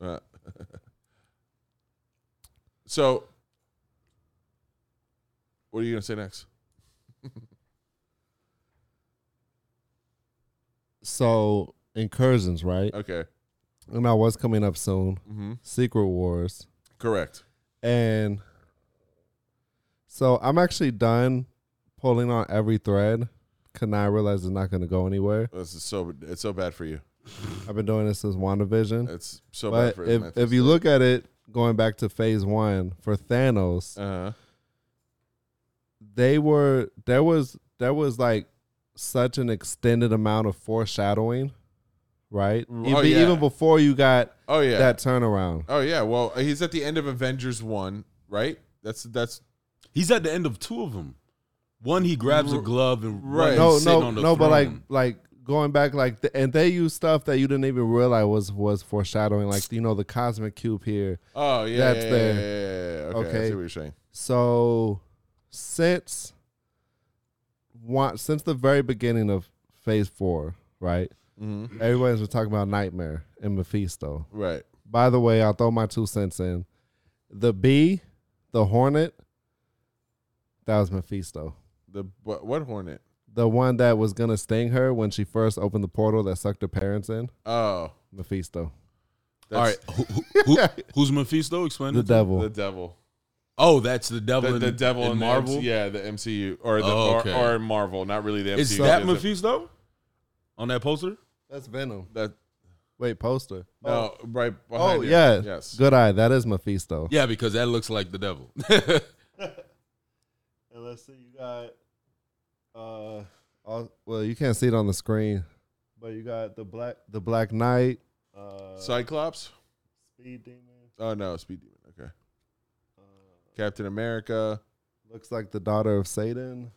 Uh, [laughs] so, what are you gonna say next?
So incursions, right?
Okay.
And I was coming up soon.
Mhm.
Secret Wars,
Correct.
and so I'm actually done pulling on every thread. Can I realize it's not going to go anywhere?
This is so. It's so bad for you.
I've been doing this since WandaVision.
It's so
But
bad for
if, if you look at it, going back to phase one for Thanos,
uh
they were there was there was like such an extended amount of foreshadowing, right?
Oh,
even,
yeah.
even before you got
Oh yeah.
that turnaround.
oh yeah. Well, he's at the end of Avengers one, right? That's that's
He's at the end of two of them. One he grabs a
R-
glove and
right.
right.
no,
sitting
no,
on
no,
the
but like
throne.
like going back like the, and they use stuff that you didn't even realize was was foreshadowing, like you know the cosmic cube here.
oh yeah.
That's
yeah,
there.
yeah, yeah, yeah, yeah. Okay, I
Okay.
see what you're saying.
So since one since the very beginning of phase four, right?
hmm
Everybody's been talking about Nightmare and Mephisto.
Right.
By the way, I'll throw my two cents in. The bee, the hornet, that was Mephisto.
The what, what hornet?
The one that was gonna sting her when she first opened the portal that sucked her parents in,
Oh,
Mephisto,
that's
[laughs]
All right, who, who- who- who's Mephisto? Explain
the
it to me.
devil.
The devil.
Oh, that's the devil.
The,
in,
the devil
in
and
Marvel.
Marvel, yeah, the MCU or the
Oh,
or-
okay.
or, Marvel, not really the MCU.
Is that
Disney.
Mephisto on that poster?
That's Venom.
That-
Wait, poster.
no, right behind
Oh,
it.
yeah.
yes.
Good eye. That is Mephisto. [laughs]
Yeah, because that looks like the devil. [laughs]
And let's see, you got uh all, well, you can't see it on the screen. But you got the black the black knight, uh
Cyclops.
speed demon. uh,
Oh no, Speed Demon. Okay. Captain America.
Looks like the daughter of Satan.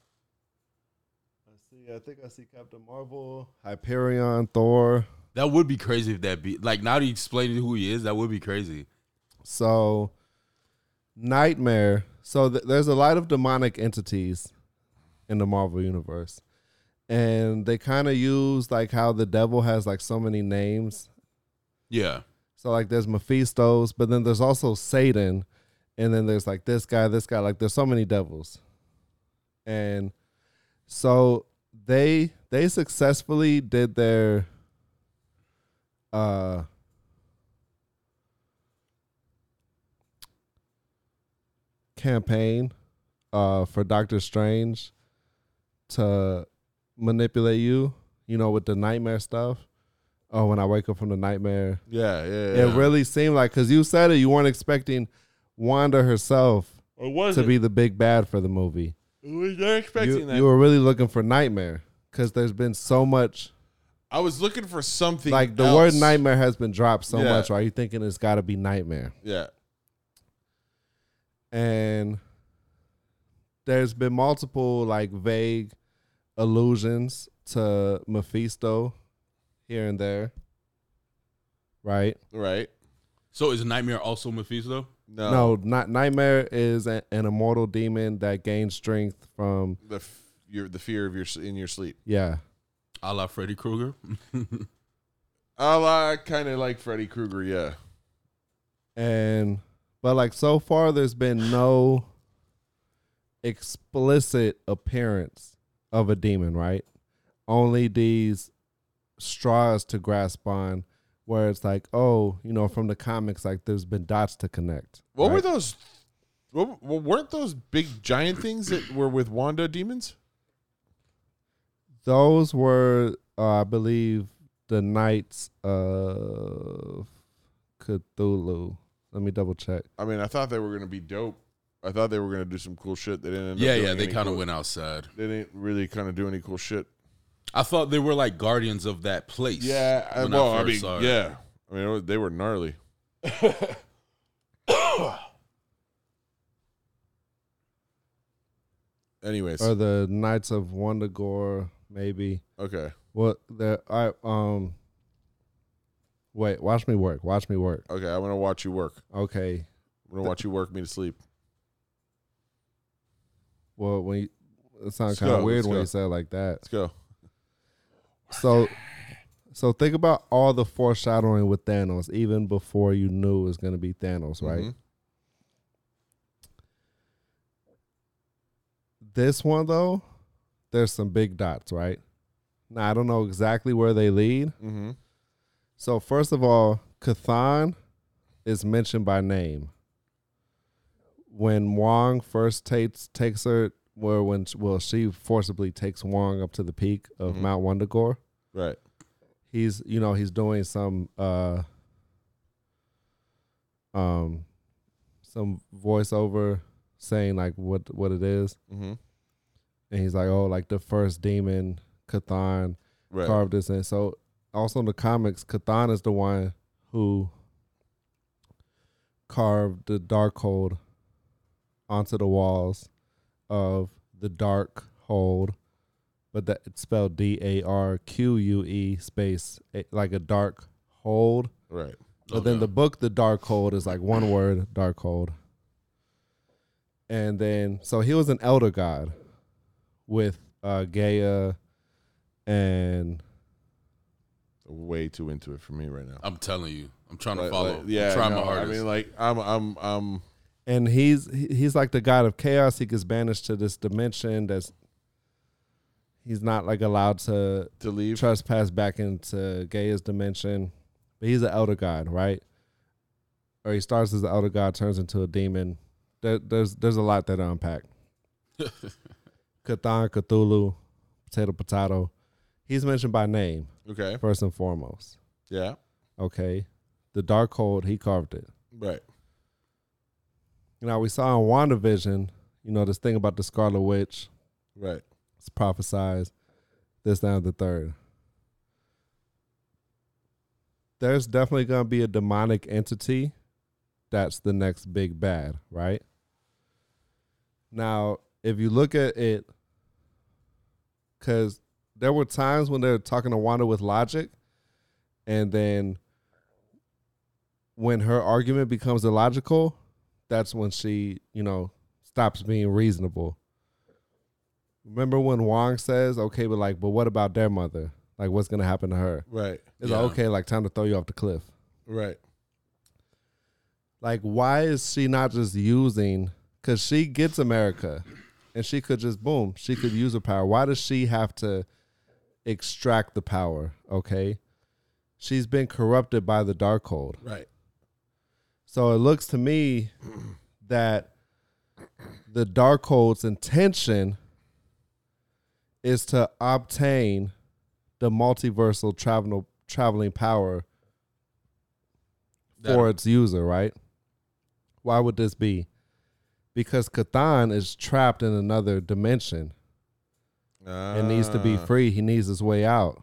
I see I think I see Captain Marvel, Hyperion, Thor.
that would be crazy if that be like now that you explain who he is, that would be crazy.
So nightmare. So th- there's a lot of demonic entities in the Marvel universe. And they kind of use like how the devil has like so many names
Yeah.
So like there's Mephisto's, but then there's also Satan, and then there's like this guy, this guy. Like there's so many devils, and so they they successfully did their uh campaign uh for Doctor Strange to manipulate you, you know, with the nightmare stuff. Oh, when I wake up from the nightmare,
Yeah, yeah.
it really seemed like because you said it, you weren't expecting Wanda herself
Or was
to be the big bad for the movie.
We were expecting
You,
that.
you were really looking for Nightmare because there's been so much.
I was looking for something
Like the
else.
word Nightmare has been dropped so
Yeah.
much. Are you thinking it's got to be Nightmare?
Yeah,
And there's been multiple like vague allusions to Mephisto here and there. Right?
right.
So is Nightmare also Mephisto?
No,
no, not Nightmare is a- an immortal demon that gains strength from
the f- your the fear of your s- in your sleep.
yeah.
A la Freddy Krueger. [laughs]
A la kind of like Freddy Krueger. Yeah,
and but like so far there's been no explicit appearance of a demon right only these straws to grasp on where it's like oh you know from the comics like there's been dots to connect
what were
right?
those? What, what- weren't those big giant things that were with Wanda demons?
those were uh, i believe the knights of cthulhu let me double check
I mean, I thought they were gonna be dope. I thought they were gonna do some cool shit. They didn't. End
yeah,
up
yeah,
doing
they
any
kind of
cool-
went outside.
They didn't really kind of do any cool shit.
I thought they were like guardians of that place.
Yeah, I,
when
well, I,
first
mean,
saw it.
yeah, I mean, it was- they were gnarly. [coughs] Anyways,
or the knights of wondergore maybe
okay,
Well, the I um. Wait, watch me work. Watch me work.
okay, I want to watch you work.
Okay.
I want to watch you work me to sleep.
Well, when you, it sounds
Let's
kind of
go,
weird
let's
when
go.
you say it like that.
Let's go.
So, so think about all the foreshadowing with Thanos, even before you knew it was going to be Thanos, right?
Mhm.
This one though, there's some big dots, right? Now I don't know exactly where they lead.
Mm-hmm.
So first of all, Kathan is mentioned by name when Wong first takes takes her, where when well she forcibly takes Wong up to the peak of Mount Wondergore.
Right.
He's you know he's doing some uh um some voiceover saying like what what it is,
Mm-hmm.
and he's like oh like the first demon Kathan
Right.
carved this in. So also in the comics, Kathan is the one who carved the dark hold onto the walls of the dark hold. But that it's spelled D A R Q U E space eh, like a dark hold.
right.
But then the book, The Dark Hold, is like one word, Dark Hold. And then, so he was an elder god with uh, Gaia and
Way too into it for me right now.
I'm telling you, I'm trying to
Like-
follow.
like, yeah.
I'm trying my
no,
hardest.
I mean, like, I'm, I'm, I'm.
and he's he- he's like the god of chaos. He gets banished to this dimension that's he's not like allowed to
To leave.
trespass back into Gaia's dimension. But he's an elder god, right? Or he starts as an elder god, turns into a demon, there, there's there's a lot there to unpack. Cthulhu, Cthulhu, potato, potato. He's mentioned by name
Okay.
first and foremost.
Yeah.
Okay, the dark hold he carved it.
Right.
Now we saw in WandaVision, you know this thing about the Scarlet Witch.
Right.
It's prophesized this that, and the third. There's definitely gonna be a demonic entity that's the next big bad, right? Now, if you look at it, because there were times when they were talking to Wanda with logic, and then when her argument becomes illogical, that's when she, you know, stops being reasonable. Remember when Wong says, okay, but like, but what about their mother? Like, what's going to happen to her?
Right.
It's
Yeah.
like, okay, like, time to throw you off the cliff.
Right.
Like, why is she not just using, because she gets America and she could just, boom, she could use her power. Why does she have to extract the power? Okay. She's been corrupted by the Darkhold.
Right.
So it looks to me that the Darkhold's intention is to obtain the multiversal travel traveling power
That-
for its user, right? Why would this be? Because Kathan is trapped in another dimension and needs to be
Ah.
free. He needs his way out.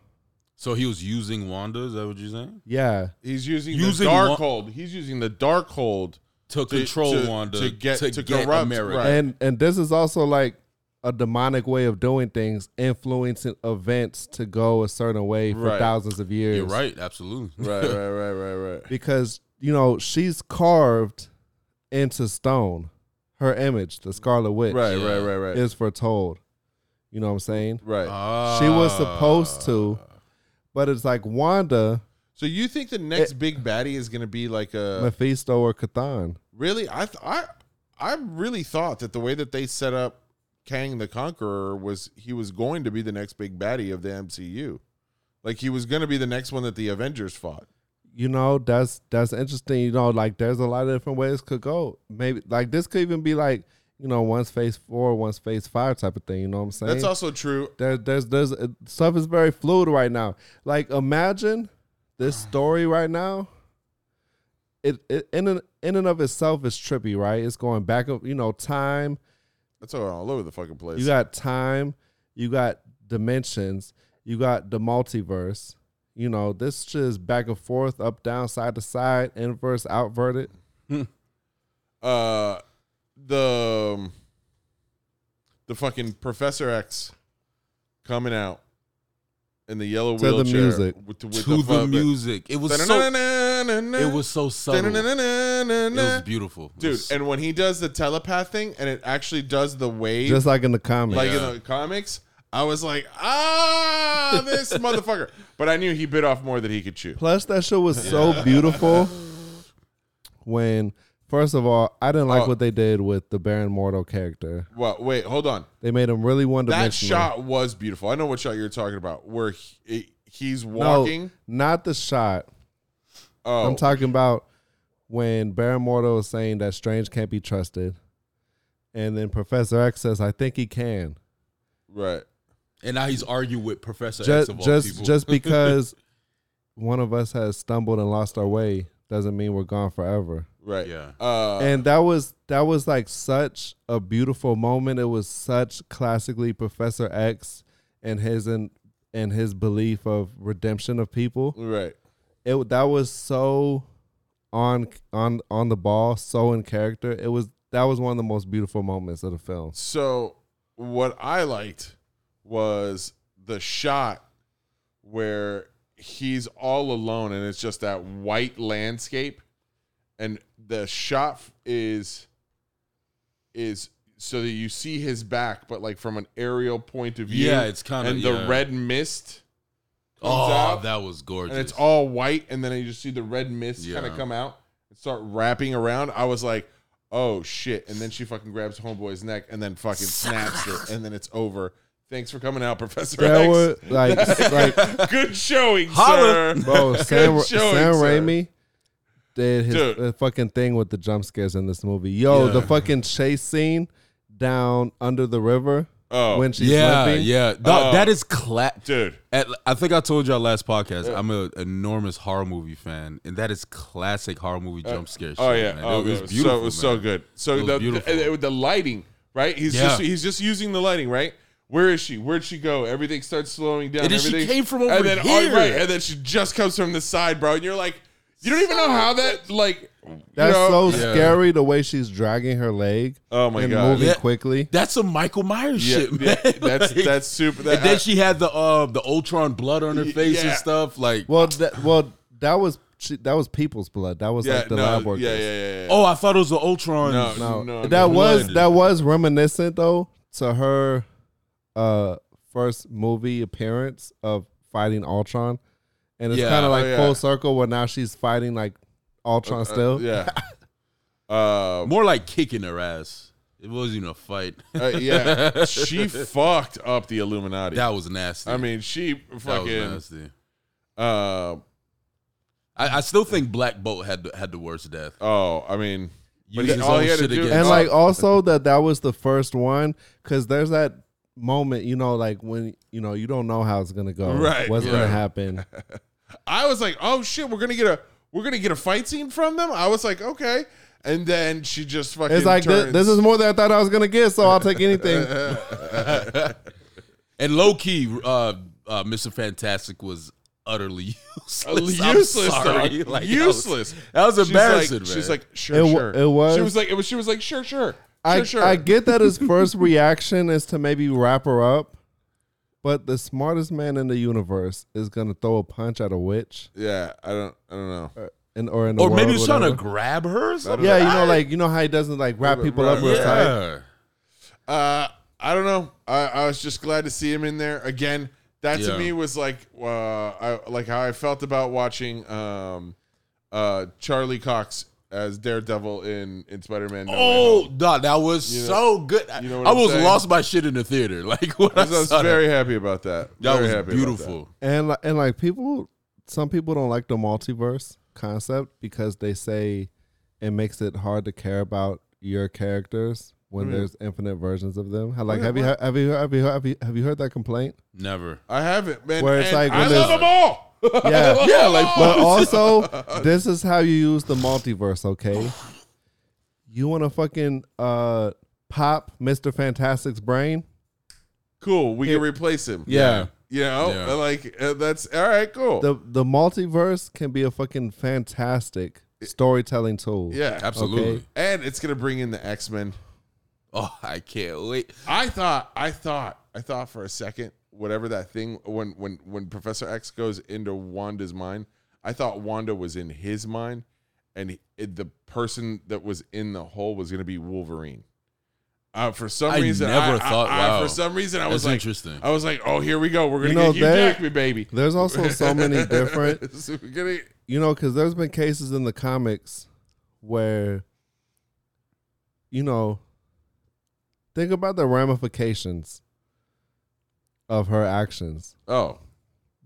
So he was using Wanda. Is that what you're saying?
Yeah.
He's using,
Using
the
Wa-
dark hold. He's using the dark
[laughs]
hold.
To, control
to-
Wanda
to get- to corrupt,
America.
right.
and and this is also like a demonic way of doing things, influencing events to go a certain way for
Right.
thousands of years.
You're right. Absolutely.
Right,
[laughs]
right, right, right, right.
Because you know she's carved into stone. Her image, the Scarlet Witch,
Right,
Yeah.
right, right, right.
is foretold. You know what I'm saying?
right.
Ah.
She was supposed to, but it's like Wanda,
so you think the next big baddie is going to be like a
Mephisto, or Cthulhu.
Really? I th- I I really thought that the way that they set up Kang the Conqueror was he was going to be the next big baddie of the MCU. Like he was going to be the next one that the Avengers fought.
you know that's that's interesting you know like there's a lot of different ways could go maybe like this could even be like you know one's phase four one's phase five type of thing you know what i'm saying
That's also true.
there, there's there's uh, stuff is very fluid right now like imagine this story right now it, it in and in and of itself is trippy right it's going back up you know time
That's all over the fucking place.
you got time you got dimensions you got the multiverse you know this shit is back and forth up down side to side inverse outverted
uh the um, the fucking Professor X coming out in the yellow
To the
wheelchair
music.
with the, with
to the,
fucking-
music. It was so. It was so subtle. It was beautiful, It
Dude,
was-
and when he does the telepath thing and it actually does the wave
just like in the comics
like
Yeah.
in the comics, I was like, ah, this motherfucker. But I knew he bit off more than he could chew.
plus that show was so beautiful when first of all i didn't like
Oh.
what they did with the baron mordo character
Well, wait, hold on.
they made him really one dimensional
That shot was beautiful. I know what shot you're talking about, where he, he's
no,
walking.
not the shot
oh,
I'm talking about when Baron Mordo is saying that Strange can't be trusted, and then Professor X says, "I think he can."
right.
and now he's arguing with Professor X
Just,
of all
just,
people. [laughs]
just
[laughs]
because one of us has stumbled and lost our way doesn't mean we're gone forever.
Right.
Yeah.
Uh,
and that was that was like such a beautiful moment. It was such classically Professor X and his and and his belief of redemption of people.
right.
it that was so on on on the ball, so in character. It was that was one of the most beautiful moments of the film.
So what I liked was the shot where he's all alone and it's just that white landscape and the shot f- is is so that you see his back but like from an aerial point of view
Yeah, it's kinda-
and
yeah.
the red mist comes
oh,
out
that was gorgeous.
and it's all white and then you just see the red mist kind
Yeah.
of come out and start wrapping around i was like oh shit and then she fucking grabs homeboy's neck and then fucking snaps it and then it's over thanks for coming out [laughs] professor
There
X.
were like
[laughs]
like
good showing sir
Holla.
[laughs]
bro Sam
Good showing,
Sam
sir.
Raimi did his
Dude.
uh, fucking thing with the jump scares in this movie. Yo, the
Yeah.
fucking chase scene down under the river
Oh,
when she's
yeah,
limping.
yeah. Dog,
Oh.
that is clap.
dude.
At, I think I told y'all last podcast. I'm an enormous horror movie fan, and that is classic horror movie jump scare.
Oh
shit,
yeah,
man.
oh,
it,
yeah.
was beautiful.
So it was so
man.
good. So
It was
the,
beautiful.
the- uh, the lighting, right? He's
Yeah.
just he's just using the lighting, right? Where is she? Where'd she go? Everything starts slowing down.
And then she
Everything-
came from over
and then, oh,
here.
right, and then she just comes from the side, bro. And you're like, you don't even know how that like. you
That's
know-
so
Yeah.
scary the way she's dragging her leg.
Oh my
and
God.
Moving
Yeah.
quickly.
That's some Michael Myers
Yeah,
[laughs] shit, man.
yeah, that's
Like-
that's super. That,
and then she had the uh, the Ultron blood
[laughs]
on her
Y-
face and
yeah.
stuff. Like,
Well, that, well, that was she, that was people's blood. That was
yeah,
like the
no,
lab workers.
yeah, yeah, yeah, yeah.
oh, I thought it was the Ultron.
No,
No,
no,
that
no.
was
Blood.
that was reminiscent though to her uh first movie appearance of fighting Ultron, and it's
Yeah.
kind
Oh,
of like
yeah.
full circle where now she's fighting like Ultron still.
yeah. Um,
More like kicking her ass. It wasn't even
[laughs]
a fight.
uh,
[laughs]
yeah, she fucked up the Illuminati.
that was nasty.
I mean, she
that was
fucking.
nasty.
Uh,
I, I still think Black Bolt had the, had the worst death.
oh, I mean, But
Used
he-
his
all
own
he had to
shit
do-
against-
And
Oh.
like also that that was the first one because there's that moment you know like when you know you don't know how it's gonna go,
Right,
What's
yeah.
gonna
[laughs]
happen?
I was like, oh shit, we're gonna get a we're gonna get a fight scene from them. I was like, okay, and then she just fucking.
It's like thi-
turns.
this is more than I thought I was gonna get, so I'll take
[laughs]
anything.
And low key, uh, uh, Mr. Fantastic was utterly [laughs] useless.
Uh,
I'm
useless,
sorry. [laughs]
dog.
Like, that was-
useless.
That was,
She's like-
embarrassing, man.
She's like, sure,
It wa-
sure.
it was-
She was like, it was. She was like, sure, sure,
I,
sure, sure.
I get that his first reaction is to maybe wrap her up, but the smartest man in the universe is gonna throw a punch at a witch,
yeah, I don't, I don't know.
and or in the
or maybe he
world,
was trying to
whatever.
grab her or something.
Yeah, you know, like you know how he doesn't like wrap
Right,
people up
right,
real
yeah.
tight.
Uh, I don't know. I, I was just glad to see him in there again. That to
Yeah.
me was like, uh, I like how I felt about watching um, uh, Charlie Cox as Daredevil in in Spider Man.
Oh, dog, that was
You know-
so good.
you know what
I
I'm
was
saying?
lost my shit in the theater. [laughs] Like when I
I was
saw
very happy about that.
that, that
Very
was
happy about
beautiful.
And li- and like people, some people don't like the multiverse concept because they say it makes it hard to care about your characters
Mm.
when there's infinite versions of them. How, like, have you, have you have you have you have you heard that
[laughs]
complaint?
Never.
that. I haven't, man.
Where it's
and
like when
I
there's-
love them all.
[laughs]
Yeah,
Yeah, like [laughs]
But also, this is how you use the multiverse, okay? You want to fucking uh, pop Mr. Fantastic's brain?
cool. We can replace him.
Yeah.
You know,
Yeah.
like uh, that's all right. Cool.
The the multiverse can be a fucking fantastic storytelling tool.
yeah,
absolutely.
Okay.
And it's gonna bring in the X Men.
Oh, I can't wait.
I thought, I thought, I thought for a second, whatever that thing when when when Professor X goes into Wanda's mind, I thought Wanda was in his mind, and he, it, the person that was in the hole was going to be Wolverine. Uh, for some
I
reason,
never
I,
thought-
I- I-
wow.
for some reason, I was
That's
like,
interesting.
I was like, oh, here we go. We're going
You
to
know,
get
they-
you back me, baby.
There's also so
[laughs]
many different
So we're gonna-
you know, because there's been cases in the comics where, you know, think about the ramifications of her actions.
oh,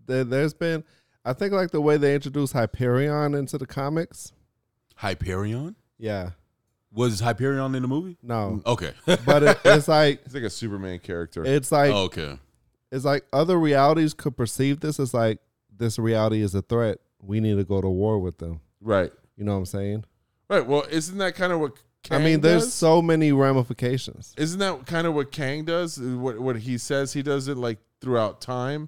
There, there's been, I think, like the way they introduced Hyperion into the comics.
Hyperion
Yeah,
was Hyperion in the movie?
no,
Okay. [laughs]
Mm.
but it, it's
[laughs]
like,
it's like a Superman character.
it's like,
Oh.
okay.
it's like other realities could perceive this as like this reality is a threat. We need to go to war with them.
right,
You know what I'm saying?
right. Well, isn't that kind of what?
I
Kang
mean, there's
does?
so many ramifications.
Isn't that kind of what Kang does? What what he says he does it like throughout time,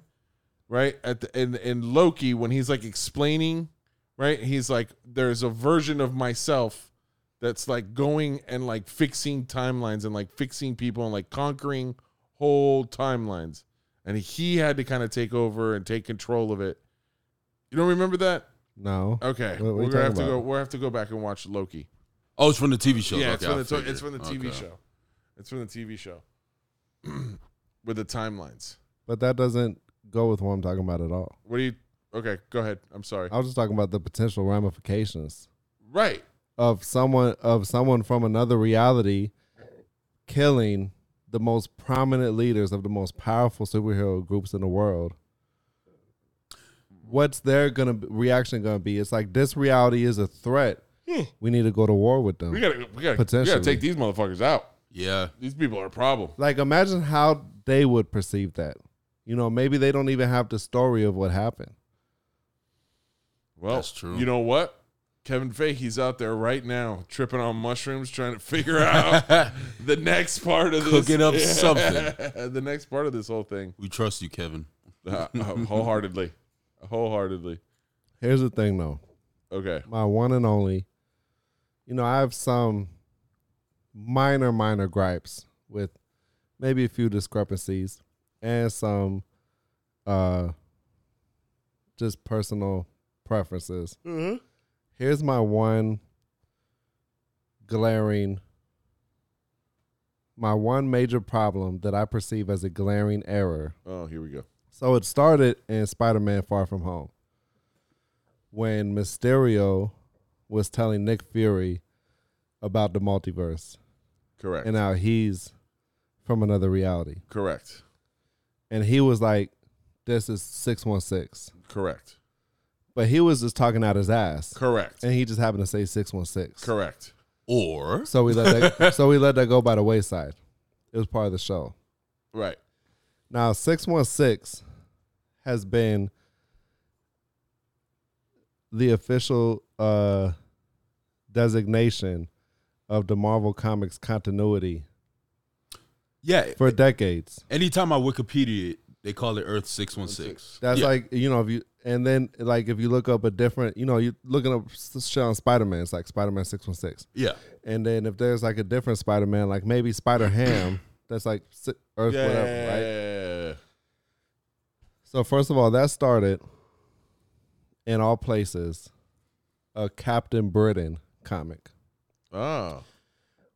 right? At the and and Loki when he's like explaining, right? He's like, there's a version of myself that's like going and like fixing timelines and like fixing people and like conquering whole timelines, and he had to kind of take over and take control of it. You don't remember that?
No.
Okay,
What- what are
we're
you
gonna have
talking
to go.
about?
We'll have to go back and watch Loki.
Oh, it's from the TV show.
Yeah,
Okay,
it's from
I
the to-
figured.
it's from the TV
Okay.
show. It's from the TV show [clears throat] with the timelines.
But that doesn't go with what I'm talking about at all.
What do you? Okay, go ahead. I'm sorry.
I was just talking about the potential ramifications
right.
of someone of someone from another reality killing the most prominent leaders of the most powerful superhero groups in the world. what's their gonna be, reaction gonna be? It's like this reality is a threat. We need to go to war with them.
We gotta, we gotta, we gotta
Potentially.
take these motherfuckers out.
Yeah.
These people are a problem.
like imagine how they would perceive that. You know, maybe they don't even have the story of what happened.
Well,
That's true.
You know what? Kevin Feige—he's out there right now, tripping on mushrooms, trying to figure [laughs] out the next part of this.
Cooking up
[laughs]
something.
the next part of this whole thing,
[laughs] We trust you, Kevin.
Uh, uh, wholeheartedly, wholeheartedly.
Here's the thing though.
Okay.
my one and only. You know, I have some minor, minor gripes with maybe a few discrepancies and some uh just personal preferences. Here's my one glaring my one major problem that I perceive as a glaring error
Oh, here we go.
so it started in Spider Man Far From Home when Mysterio was telling Nick Fury about the multiverse
Correct.
and how he's from another reality.
Correct.
And he was like, This is 616.
Correct.
But he was just talking out his ass.
Correct.
And he just happened to say 616.
Correct.
Or
So we let
[laughs]
that so we let that go by the wayside. It was part of the show.
Right.
Now, 616 has been the official uh, designation of the Marvel Comics continuity
yeah.
for decades.
Anytime I Wikipedia it, they call it Earth six one six.
That's
Yeah.
like, you know, if you, and then like if you look up a different, you know, you're looking up s- shit on Spider Man, it's like Spider Man 616.
Yeah.
And then if there's like a different Spider Man, like maybe Spider Ham, that's like si- Earth,
Yeah.
whatever, right? So first of all, that started in all places a Captain Britain comic
Oh,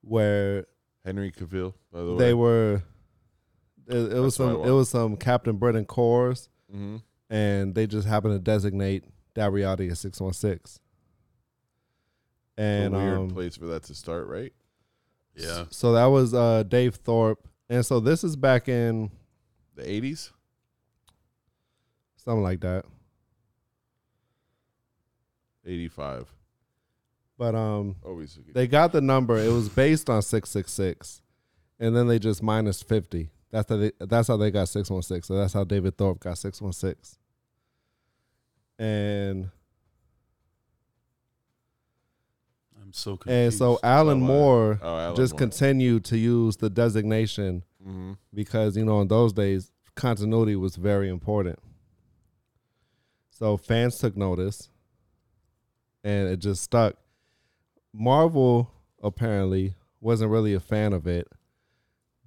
where
Henry Cavill. By the way,
they were it, it was
That's what I
some
want.
it was some Captain Britain cores
Mhm.
and they just happened to designate that reality as 616. And
a weird
um,
place for that to start, right?
Yeah.
so that was uh, Dave Thorpe. And so this is back in
The eighties.
something like that.
85.
But um
Always. a good-
They got the number. It was based on six six six, and then they just minus fifty. That's how they, that's how they got six one six. So that's how David Thorpe got six one six. And
I'm so confused.
and so
Oh,
Alan
wow.
Moore
Oh, Alan
just
Moore.
continued to use the designation
Mhm.
because you know in those days continuity was very important. So fans took notice, and it just stuck. Marvel apparently wasn't really a fan of it,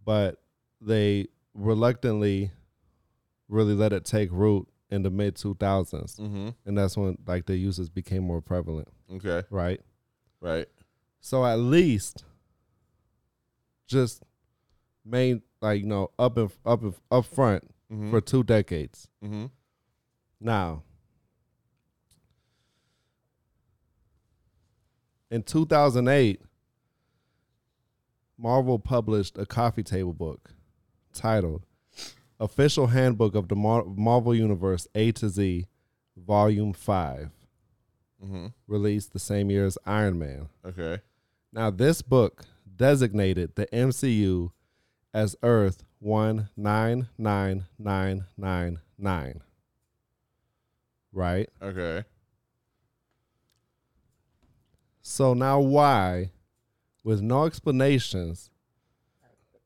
but they reluctantly really let it take root in the mid 2000s,
Mhm.
and that's when like the uses became more prevalent,
Okay.
right?
Right.
So at least just main like you know up and up and up front for two decades.
Mhm.
Now in 2008 Marvel published a coffee table book titled Official Handbook of the Mar- Marvel Universe A to Z Volume 5
Mhm.
released the same year as Iron Man.
Okay.
Now, this book designated the MCU as Earth 199999, right?
Okay.
So, now why, with no explanations,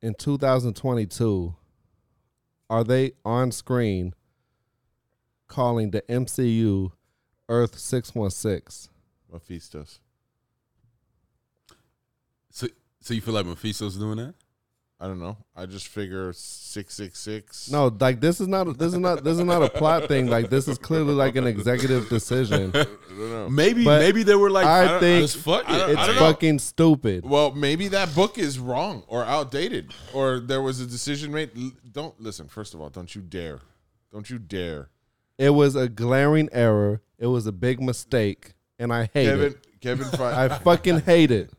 in 2022, are they on screen calling the MCU Earth 616?
Mephistos.
so so you feel like Mephisto's doing that?
I don't know. I just figure six six six.
No, like this is not this is not this is not a plot thing. Like this is clearly like an executive decision.
I don't know.
Maybe
But
maybe they were like
I
don't-
think
just fuck
I don't-
it.
It's
know.
fucking stupid.
Well, maybe that book is wrong or outdated, or there was a decision made. L- Don't listen. First of all, don't you dare, don't you dare,
It was a glaring error. It was a big mistake, and I hate
Kevin.
it.
Kevin,
[laughs] I
Fe-
fucking hate it.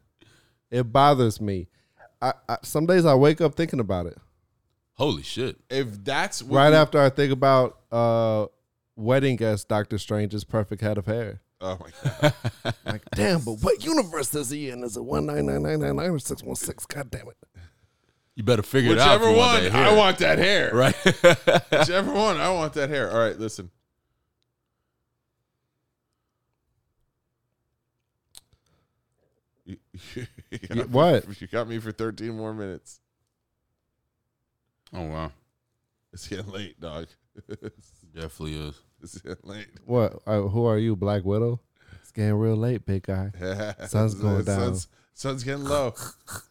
It bothers me. I, I some days I wake up thinking about it.
Holy shit.
if that's what
Right
you-
after I think about uh wedding as Doctor Strange's perfect head of hair.
Oh my god.
Like, damn, but what universe does he in? Is it one nine nine nine nine nine or six one six? God damn it!
You better figure it out. if
Whichever
you
one,
want that
I
hair.
want that hair.
right. [laughs]
Whichever one, I want that hair. All right, listen. You- [laughs]
Y- what?
You got me for 13 more minutes.
oh wow,
It's getting late, dog. [laughs]
definitely is.
it's getting late. [laughs]
What? Uh, who are you, Black Widow? It's getting real late, big guy. Sun's going down.
Sun's, sun's getting low.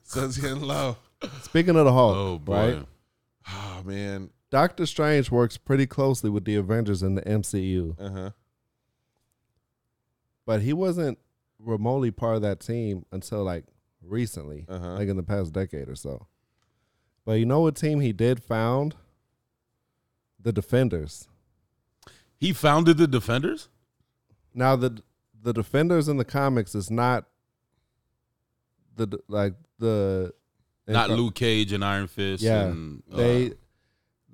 sun's getting low.
Speaking of the Hulk,
Oh boy.
right?
Oh man.
Doctor Strange works pretty closely with the Avengers in the MCU,
Uh huh.
but he wasn't remotely part of that team until like recently,
Uh-huh.
like in the past decade or so. But you know what team he did found? The Defenders.
He founded the Defenders.
Now the the Defenders in the comics is not the d- like the
Not
Luke.
Luke Cage and Iron Fist.
Yeah,
and, uh,
they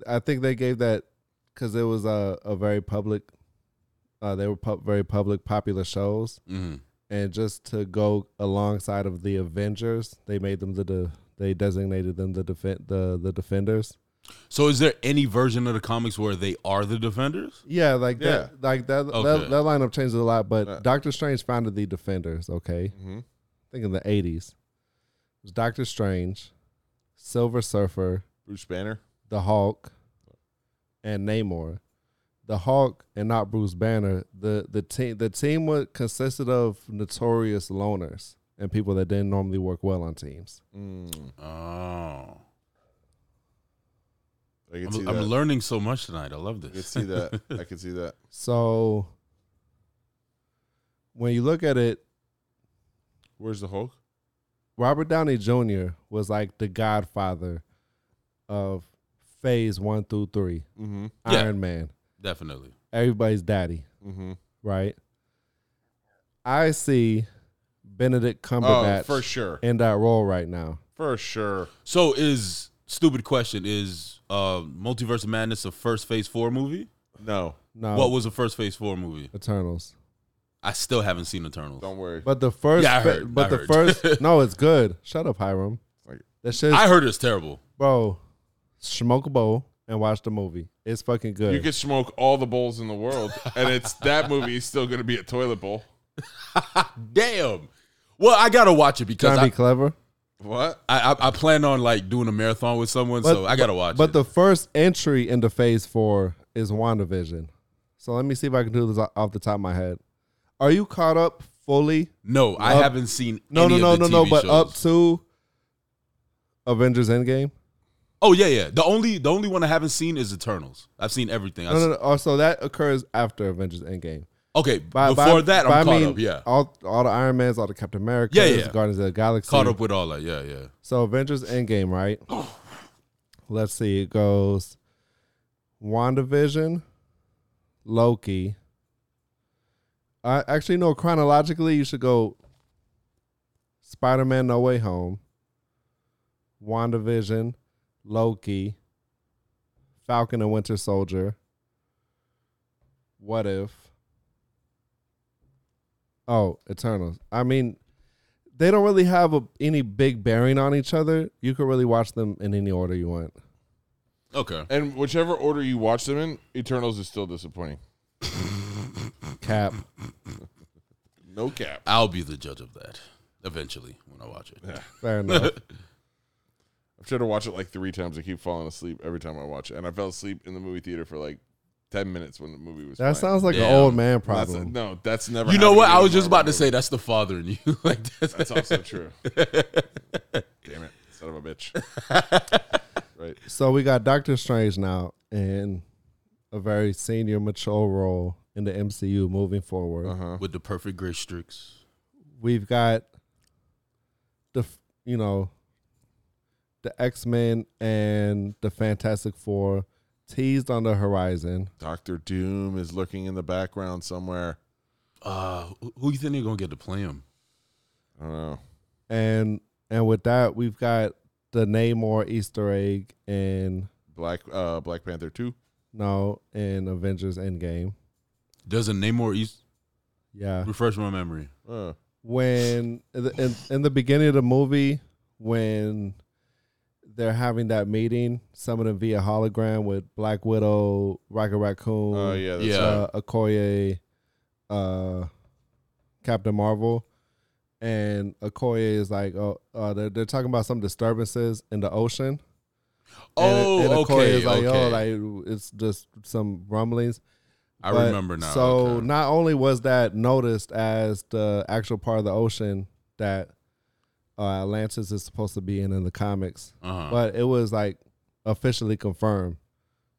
i think they gave that because it was a, a very public uh, they were pub very public popular shows
mhm.
and just to go alongside of the avengers they made them the, the they designated them the defend the the defenders
So is there any version of the comics where they are the Defenders?
yeah like
Yeah.
that like that,
Okay.
that that lineup changes a lot but
Uh.
doctor strange founded the defenders okay
Mm-hmm.
i think in the 80s it was doctor strange silver surfer
Bruce Banner.
the Hulk, and Namor. The Hulk and not Bruce Banner. The the team the team was consisted of notorious loners and people that didn't normally work well on teams.
Mm,
Oh,
I can see
I'm,
that.
I'm learning so much tonight. I love
I can
this.
see [laughs]
[laughs]
that. I can see that.
So when you look at it,
Where's the Hulk?
Robert Downey Jr. was like the godfather of phase one through three.
Mm-hmm.
Yeah.
Iron Man.
Definitely.
Everybody's daddy,
Mm-hmm.
right? I see Benedict Cumberbatch
Oh, for sure.
in that role right now.
For sure.
So is stupid question is uh, Multiverse of Madness a first Phase Four movie?
No,
No,
What was a first Phase Four movie?
Eternals?
I still haven't seen Eternals.
don't worry.
But the first,
Yeah, I
fa-
heard,
but
I
the
heard. [laughs]
first, no, it's good. Shut up, Hiram.
Like-
That shit,
I heard it's terrible.
bro. Smoke a bowl and watch the movie. It's fucking good.
You could smoke all the bowls in the world,
[laughs]
and it's that movie is still going to be a toilet bowl.
Damn. Well, I gotta watch it because
Trying to
I,
be clever,
What?
I, I I plan on like doing a marathon with someone, so I gotta watch
but
it.
the first entry into Phase Four is WandaVision. So let me see if I can do this o- off the top of my head. Are you caught up fully?
no, I
up-
haven't seen
No,
any
no,
of
no,
the
no, no.
TV
But
shows.
up to Avengers Endgame.
Oh yeah, yeah. The only the only one I haven't seen is Eternals. I've seen everything. I
No, no, no. Also, that occurs after Avengers Endgame.
Okay,
By- by-
before that,
by
I'm
I
caught
mean,
up. Yeah,
all all the Iron Mans, all the Captain America,
Yeah, yeah.
Guardians of the Galaxy.
caught up with all that. Yeah, yeah.
So Avengers Endgame, right? Let's see. It goes WandaVision, Loki. I actually no chronologically you should go Spider-Man No Way Home, WandaVision, Loki, Falcon and Winter Soldier. What if? Oh, Eternals. I mean, they don't really have a, any big bearing on each other. You could really watch them in any order you want.
Okay.
And whichever order you watch them in, Eternals is still disappointing.
Cap.
No cap.
I'll be the judge of that eventually when I watch it.
Fair enough.
I've tried to watch it like three times. I keep falling asleep every time I watch it, and I fell asleep in the movie theater for like ten minutes when the movie was.
That
playing.
sounds like an
Damn.
old man
That's-
problem.
no, that's never.
You know
happened
what?
to
I
me
was
in
just
Marvel
about to say that's the father in you. [laughs] like that's,
movies. That's also
[laughs]
true. Damn it, son of a bitch. right.
so we got Doctor Strange now in a very senior, mature role in the MCU moving forward.
Uh huh.
with the perfect gray streaks.
We've got the f- you know the X Men and the Fantastic Four teased on the horizon.
Doctor Doom is looking in the background somewhere.
Uh, who- who you think they're gonna get to play him?
I don't know.
and and with that we've got the Namor Easter egg in
Black uh Black Panther two.
No, in Avengers Endgame.
Doesn't Namor East
Yeah.
refresh my memory?
Uh,
when in, the- in, in the beginning of the movie when they're having that meeting summoning via hologram with black widow rocket raccoon
oh yeah, that's
Yeah.
right.
uh, okoye uh, captain marvel and okoye is like oh uh, they're, they're talking about some disturbances in the ocean
Oh,
and, and Okoye
okay,
is like
okay.
oh like it's just some rumblings
I
but-
remember now.
So
okay.
not only was that noticed as the actual part of the ocean that uh, Atlantis is supposed to be in in the comics,
Uh-huh.
but it was like officially confirmed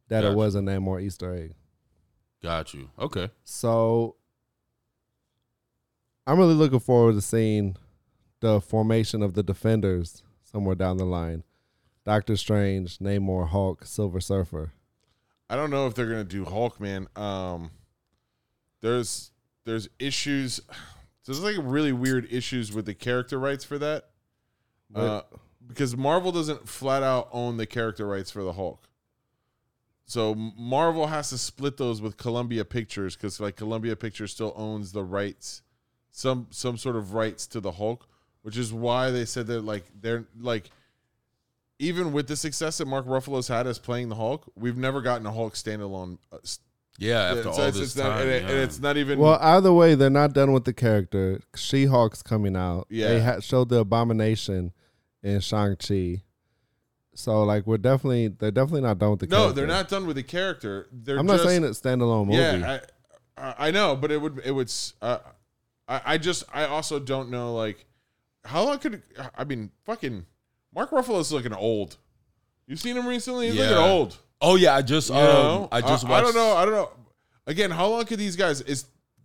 that it
Gotcha.
was a Namor Easter egg.
Got you. Okay.
So I'm really looking forward to seeing the formation of the Defenders somewhere down the line. Doctor Strange, Namor, Hulk, Silver Surfer.
I don't know if they're gonna do Hulk, man. Um, there's there's issues. [sighs] There's like really weird issues with the character rights for that, uh, because Marvel doesn't flat out own the character rights for the Hulk. So M- Marvel has to split those with Columbia Pictures because like Columbia Pictures still owns the rights, some some sort of rights to the Hulk, which is why they said that like they're like even with the success that Mark Ruffalo's had as playing the Hulk, we've never gotten a Hulk standalone. Uh, s-
Yeah, after
it's-
all
it's-
this
it's not-
time.
and, it- and
yeah.
it's not even.
Well, either way, they're not done with the character. She Hulk's coming out. They
Yeah.
ha- showed the abomination in Shang Chi. So like we're definitely they're definitely not done with the
no,
character.
they're not done with the character. They're
I'm
just,
not saying it's standalone movie.
Yeah, I, I, I know, but it would it would. s- Uh, I I just I also don't know like how long could I mean fucking Mark Ruffalo's looking old. You've seen him recently. He's
Yeah.
looking old.
oh yeah, I just
You
um,
know?
I just watched.
I don't know. I don't know. Again, how long could these guys is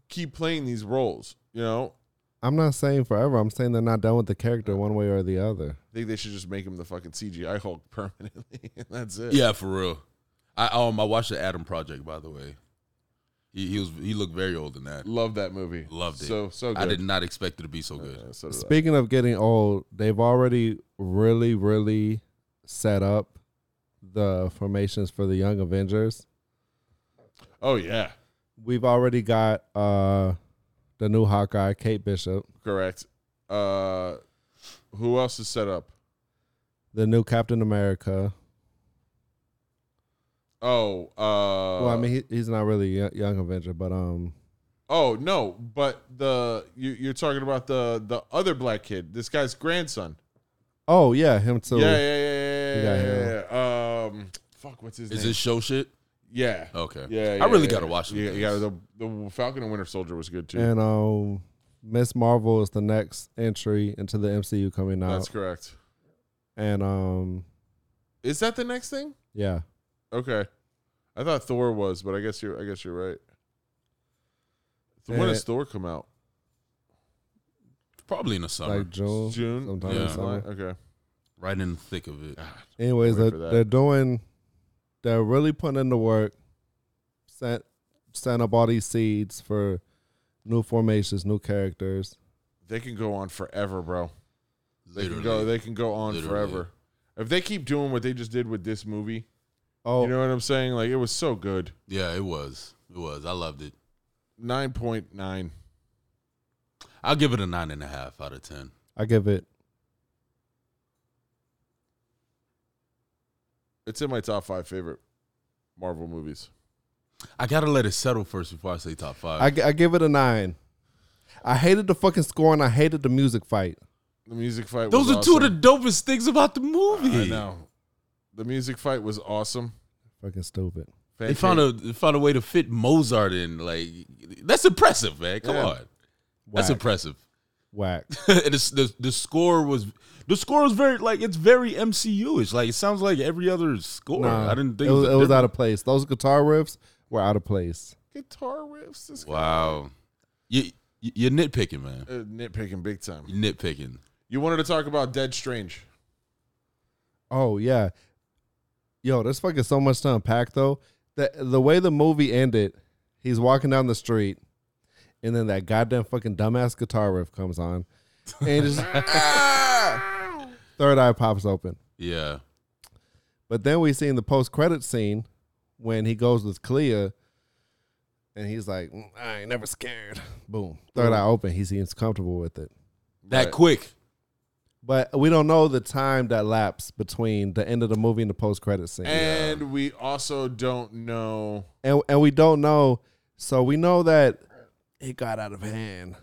keep playing these roles? You know,
I'm not saying forever. I'm saying they're not done with the character one way or the other.
I think they should just make him the fucking CGI Hulk [laughs] permanently, and that's it.
Yeah, for real. I um I watched the Adam Project by the way. He, he was he looked very old in that.
Love that movie.
Loved it.
So so good. Uh,
I did not expect it to be so good.
Yeah, so did I.
Speaking of getting old, they've already really, really set up the formations for the Young Avengers.
oh yeah,
We've already got uh the new Hawkeye, Kate Bishop,
correct. Uh, who else is set up?
the new Captain America.
Oh, uh,
well, I mean, he, he's not really a young Avenger, but um,
oh no, but the you, you're talking about the the other black kid, this guy's grandson.
oh yeah, him too.
yeah, yeah, yeah, yeah,
You got
yeah,
him.
yeah, yeah. Um, fuck, what's his
Is
name?
this show shit?
yeah,
Okay.
yeah,
I
yeah,
really
yeah.
gotta watch it.
Yeah, yeah. The, the Falcon and Winter Soldier was good too.
And um, Miss Marvel is the next entry into the MCU coming out,
That's correct.
and um,
Is that the next thing?
yeah,
Okay, I thought Thor was, but I guess you're I guess you're right. When
Eh.
does Thor come out?
Probably in the summer.
like June,
June?
sometime
Yeah.
in summer.
Okay.
right in the thick of it.
Ah,
Anyways,
Wait
they're,
for that.
they're doing, they're really putting in the work, sent, sent up all these seeds for new formations, new characters.
They can go on forever, bro. They
Literally.
can go they can go on
Literally.
forever. If they keep doing what they just did with this movie,
Oh,
you know what I'm saying? Like it was so good.
yeah, it was. It was. I loved it.
9.9.
I'll give it a nine and a half out of ten.
I give it.
It's in my top 5 favorite Marvel movies.
I gotta let it settle first before I say top
Uh,
five.
I, gi- I give it a nine. I hated the fucking score and I hated the music fight.
The music fight
Those
was
are two of the
awesome.
dopest things about the
[laughs]
movie.
I know. The music fight was awesome.
Fucking stupid.
They found a they found a way to fit Mozart in. Like that's impressive, man. Come
Yeah.
on, that's
Whack.
impressive. [laughs]
Whack.
and it's, the the score was the score was very like it's very MCU ish. Like it sounds like every other score.
Nah,
I didn't think
it was, it was
different-
out of place. Those guitar riffs were out of place.
guitar riffs. This
Wow, you you- you're nitpicking, man.
guy- uh, nitpicking big time.
You're nitpicking.
You wanted to talk about Dead Strange.
Oh yeah, yo, there's fucking so much to unpack though. The the way the movie ended, he's walking down the street, and then that goddamn fucking dumbass guitar riff comes on, and
[laughs]
just ah! third eye pops open.
Yeah,
But then we see in the post credit scene when he goes with Clea, and he's like, "Mm, I ain't never scared. Boom, third eye open. He seems comfortable with it,
That
Right.
quick.
but we don't know the time that lapsed between the end of the movie and the post credit scene.
And we also don't know.
and and we don't know. So we know that it got out of
[laughs]
hand.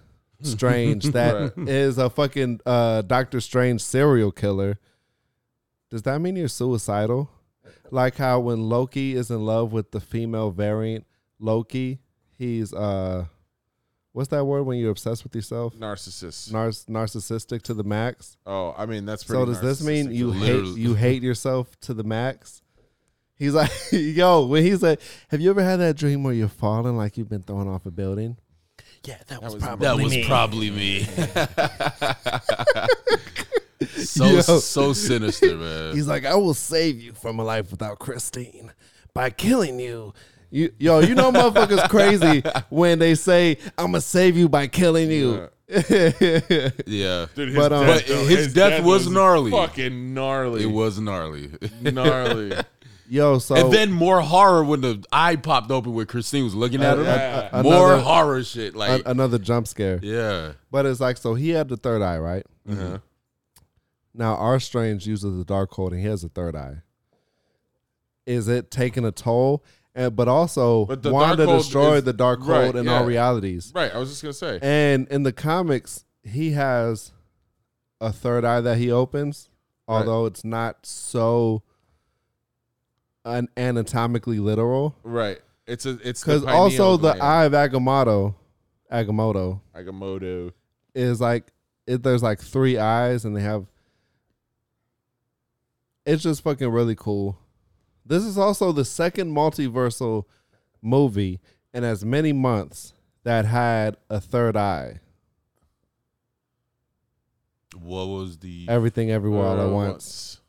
Strange that is
Right.
a fucking uh, Doctor Strange serial killer. Does that mean you're suicidal? Like how when Loki is in love with the female variant Loki, he's uh, what's that word when you're obsessed with yourself?
Narcissists.
Nar- narcissistic to the max.
oh, I mean that's pretty.
So does this mean
narcissistic.
you hate
literally-
you hate yourself to the max? He's like, [laughs] yo, when he's like, have you ever had that dream where you're falling like you've been thrown off a building?
That was
That was
[laughs]
probably me. so
Yo.
so sinister, man.
He's like, I will save you from a life without Christine by killing you. You yo, you know
[laughs]
motherfuckers crazy when they say, I'ma save you by killing you.
Yeah,
Dude, his
But, um,
but
though,
his death was gnarly.
Fucking gnarly.
it was gnarly.
gnarly.
[laughs] Yo, so
and then more horror when the eye popped open when Christine was looking at him.
a- a-
more
another-
horror shit. Like,
a- another jump scare.
yeah,
But it's like, so he had the third eye, right?
Uh-huh.
Now, our strange uses the dark hold and he has a third eye. Is it taking a toll? And, but also,
But the
Wanda
Darkhold
destroyed
is-
the dark hold
right,
in
yeah.
all realities.
[laughs] right. I was just gonna say.
And in the comics, he has a third eye that he opens,
Right.
although it's not so an anatomically literal.
Right. It's a. It's
Because also, the eye of Agamotto, Agamotto,
Agamotto.
is like it, there's like three eyes and they have it's just fucking really cool this is also the second multiversal movie in as many months that had a third eye
what was the?
everything everywhere all
Uh,
at once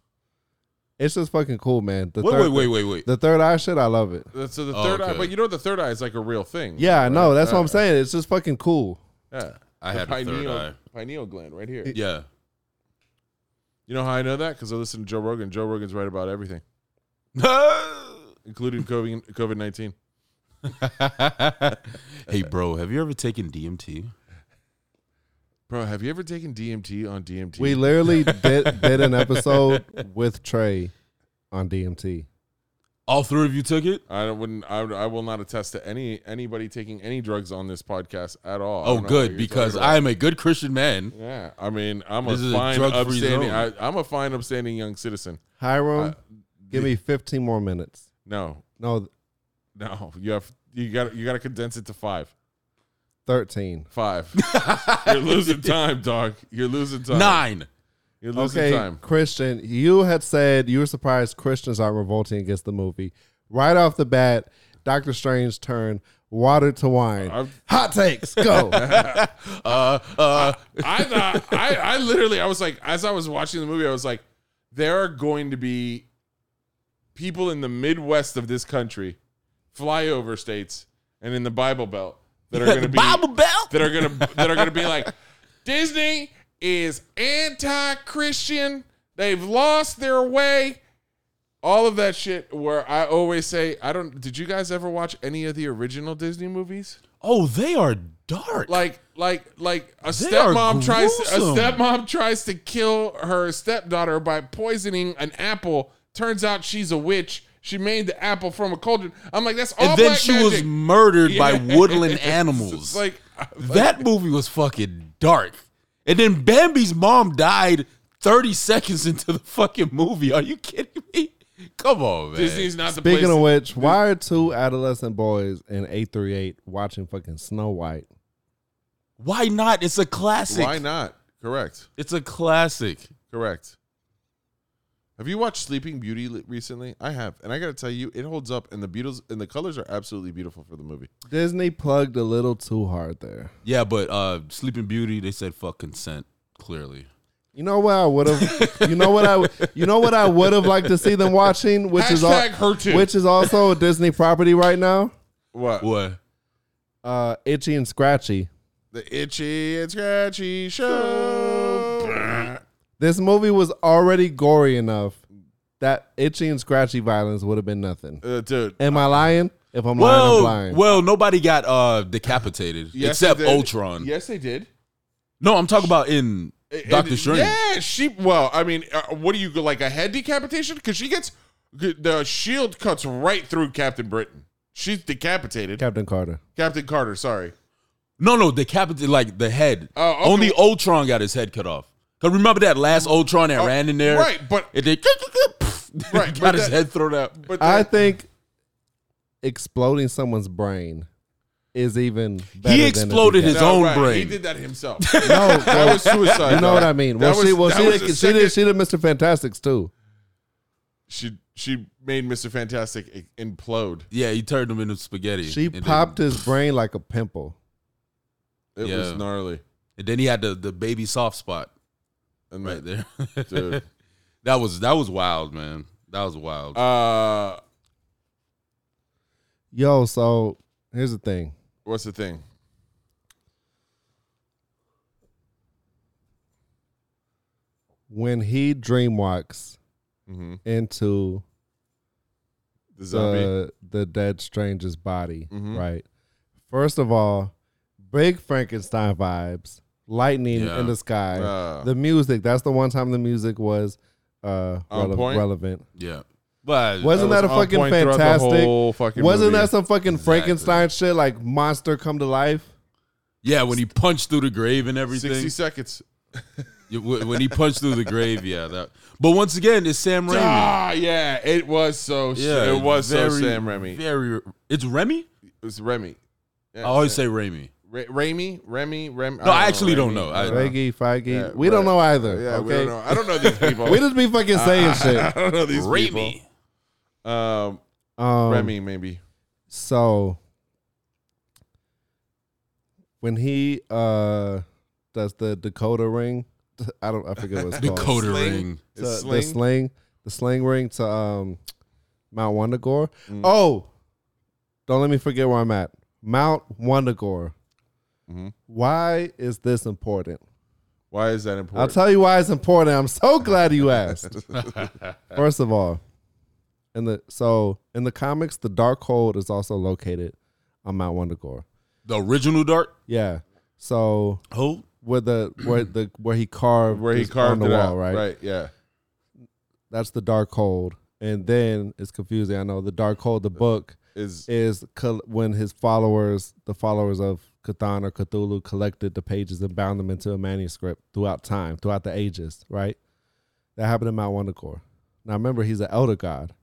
it's just fucking cool man the
wait,
third,
wait, wait, wait, wait.
the third eye shit i love it
That's so the
Oh,
third eye,
okay.
but you know the third eye is like a real thing.
yeah i
right?
know that's what
Uh,
i'm saying it's just fucking cool
Yeah.
I
The
had a third
pineal-
eye.
Pineal gland right here. [laughs]
Yeah,
You know how I know that? Because I listen to Joe Rogan. Joe Rogan's right about everything, including COVID nineteen.
hey, bro, have you ever taken DMT?
Bro, have you ever taken DMT on DMT?
we
[laughs]
literally did, did an episode with trey on dmt
All three of you took it.
I don't- wouldn't. I, would- I will not attest to any anybody taking any drugs on this podcast at all. I
Oh,
don't know what
good,
you're
because
talking about.
I am a good Christian man.
Yeah, I mean, I'm
This
a
is a
fine,
drug-free
upstanding. I,
zone.
I'm a fine, upstanding young citizen.
hiram
Uh,
give me 15 more minutes
No,
no
no, you have you got you got to condense it to five.
13.
[laughs]
Five. You're losing time, dog. You're losing time.
Nine.
You're losing
Okay,
time.
Christian, you had said you were surprised Christians aren't revolting against the movie. Right off the bat, Doctor Strange turned water to wine.
I'm-
Hot takes,
[laughs]
go.
Uh, uh,
I thought I, I literally I was like as I was watching the movie I was like there are going to be people in the Midwest of this country, flyover states, and in the Bible Belt
[laughs]
that are going to be
Bible Belt.
that are going to that are going to be like Disney is anti-Christian. They've lost their way. All of that shit where I always say I don't did you guys ever watch any of the original Disney movies?
Oh, they are dark.
like like like a
They are
stepmom tries to, a
gruesome.
stepmom tries to kill her stepdaughter by poisoning an apple. Turns out she's a witch. She made the apple from a cauldron. I'm like, that's all.
and then
black
she was
magic.
murdered by
Yeah. [laughs]
woodland
It's
animals.
like I-
that movie was fucking dark. And then Bambi's mom died 30 seconds into the fucking movie. Are you kidding me? Come on, man.
Disney's not the
Speaking
place.
of which, why are two adolescent boys in 838 watching fucking Snow White?
Why not? It's a classic.
why not? Correct,
It's a classic.
correct. Have you watched Sleeping Beauty li- recently? I have, and I gotta tell you, it holds up, and the Beatles and the colors are absolutely beautiful for the movie.
Disney plugged a little too hard there.
Yeah, but uh Sleeping Beauty, they said fuck consent, clearly.
You know what I would have. You know what I. would- You know what I would have liked to see them watching, which is all,
Hashtag her too.
which is also a Disney property right now.
What?
What?
Uh, itchy and scratchy.
The Itchy and Scratchy Show.
This movie was already gory enough that itchy and scratchy violence would have been nothing.
Uh, dude.
Am I lying? If I'm lying, I'm
Well,
lying.
well, nobody got uh decapitated
Yes,
except
they did.
Ultron.
Yes, they did.
No, I'm talking about in
And-
Doctor Strange.
Yeah, she. Well, I mean, uh, what do you go like a head decapitation? Because she gets the shield cuts right through Captain Britain. She's decapitated.
Captain Carter.
Captain Carter. Sorry.
No, no, decapitated like the head.
Oh, okay. Oh,
Only Ultron got his head cut off. Cause remember that last Ultron that ran in there,
Right, but
It did, [laughs]
Right,
got
but
his
that-
head thrown out.
but
I
that-
think exploding someone's brain is even better
He
than a
exploded his
decapitation.
own
He
brain.
did that himself.
[laughs]
No,
that was suicide.
You know what I mean?
That
Well, she,
was-
well,
that
she,
was
did,
the
she did.
second-
She did Mr. Fantastics too.
She she made Mister Fantastic i- implode.
Yeah, he turned him into spaghetti.
She
And then-
popped his brain like a pimple.
It
Yeah.
was gnarly.
and then he had the, the baby soft spot
And
right
right [laughs]
there.
Dude.
[laughs] that was that was wild, man. That was wild.
Uh,
Yo, so here's the thing.
what's the thing?
When he dreamwalks
hmm
into
The zombie.
the the dead stranger's body,
Mhm.
right? First of all, big Frankenstein vibes, lightning
Yeah.
in the sky,
Uh,
the music. That's the one time the music was uh,
On
rele-
point?
relevant.
yeah, but
Wasn't that,
was
a
on
fucking
point throughout the
fantastic?
whole fucking
Wasn't
movie.
that some fucking
Exactly.
Frankenstein shit like monster come to life?
[laughs] yeah when he punched through the grave and everything?
sixty seconds.
Yeah, wh- when he punched through the grave, yeah. That, but once again, it's Sam Raimi.
Ah, yeah, it was so.
Yeah,
Yeah, Oh, it was so
very-
Sam Remy.
Very, it's Remy.
It was Remy.
I always say Remy.
Ra- Remy, Remy, Remy.
Oh, No, I actually don't know. I-
Feige, Feige.
Yeah,
we don't
right.
know either.
Yeah,
okay?
we don't know. I don't
[laughs]
know these people.
We just be fucking saying
[laughs] I
shit.
don't know these
Remy.
people. Um,
Um,
Remy, maybe.
So when he uh does the Dakota ring, [laughs] I don't. I forget what it's called.
Dakota
Sling.
ring.
To-
It's
the
sling.
sling, the sling ring to um Mount Wondergore. Oh, don't let me forget where I'm at. Mount Wondergore.
Mhm.
Why is this important?
Why is that
I'll
important?
tell you why it's important. I'm so glad you
[laughs]
asked. First of all, in the so in the comics, the Darkhold is also located on Mount Wondergore.
The original Dark.
Yeah. So
Who?
where the where the where he carved
Where he
is
carved
on
it
the
out.
wall,
Right.
right?
Yeah.
That's the Darkhold, and then it's confusing. I know the Darkhold, the book
Is [laughs]
is col- when his followers, the followers of Cthulhu or Cthulhu, collected the pages and bound them into a manuscript throughout time, throughout the ages, right? That happened in Mount Wondercore. Now remember, he's an elder god.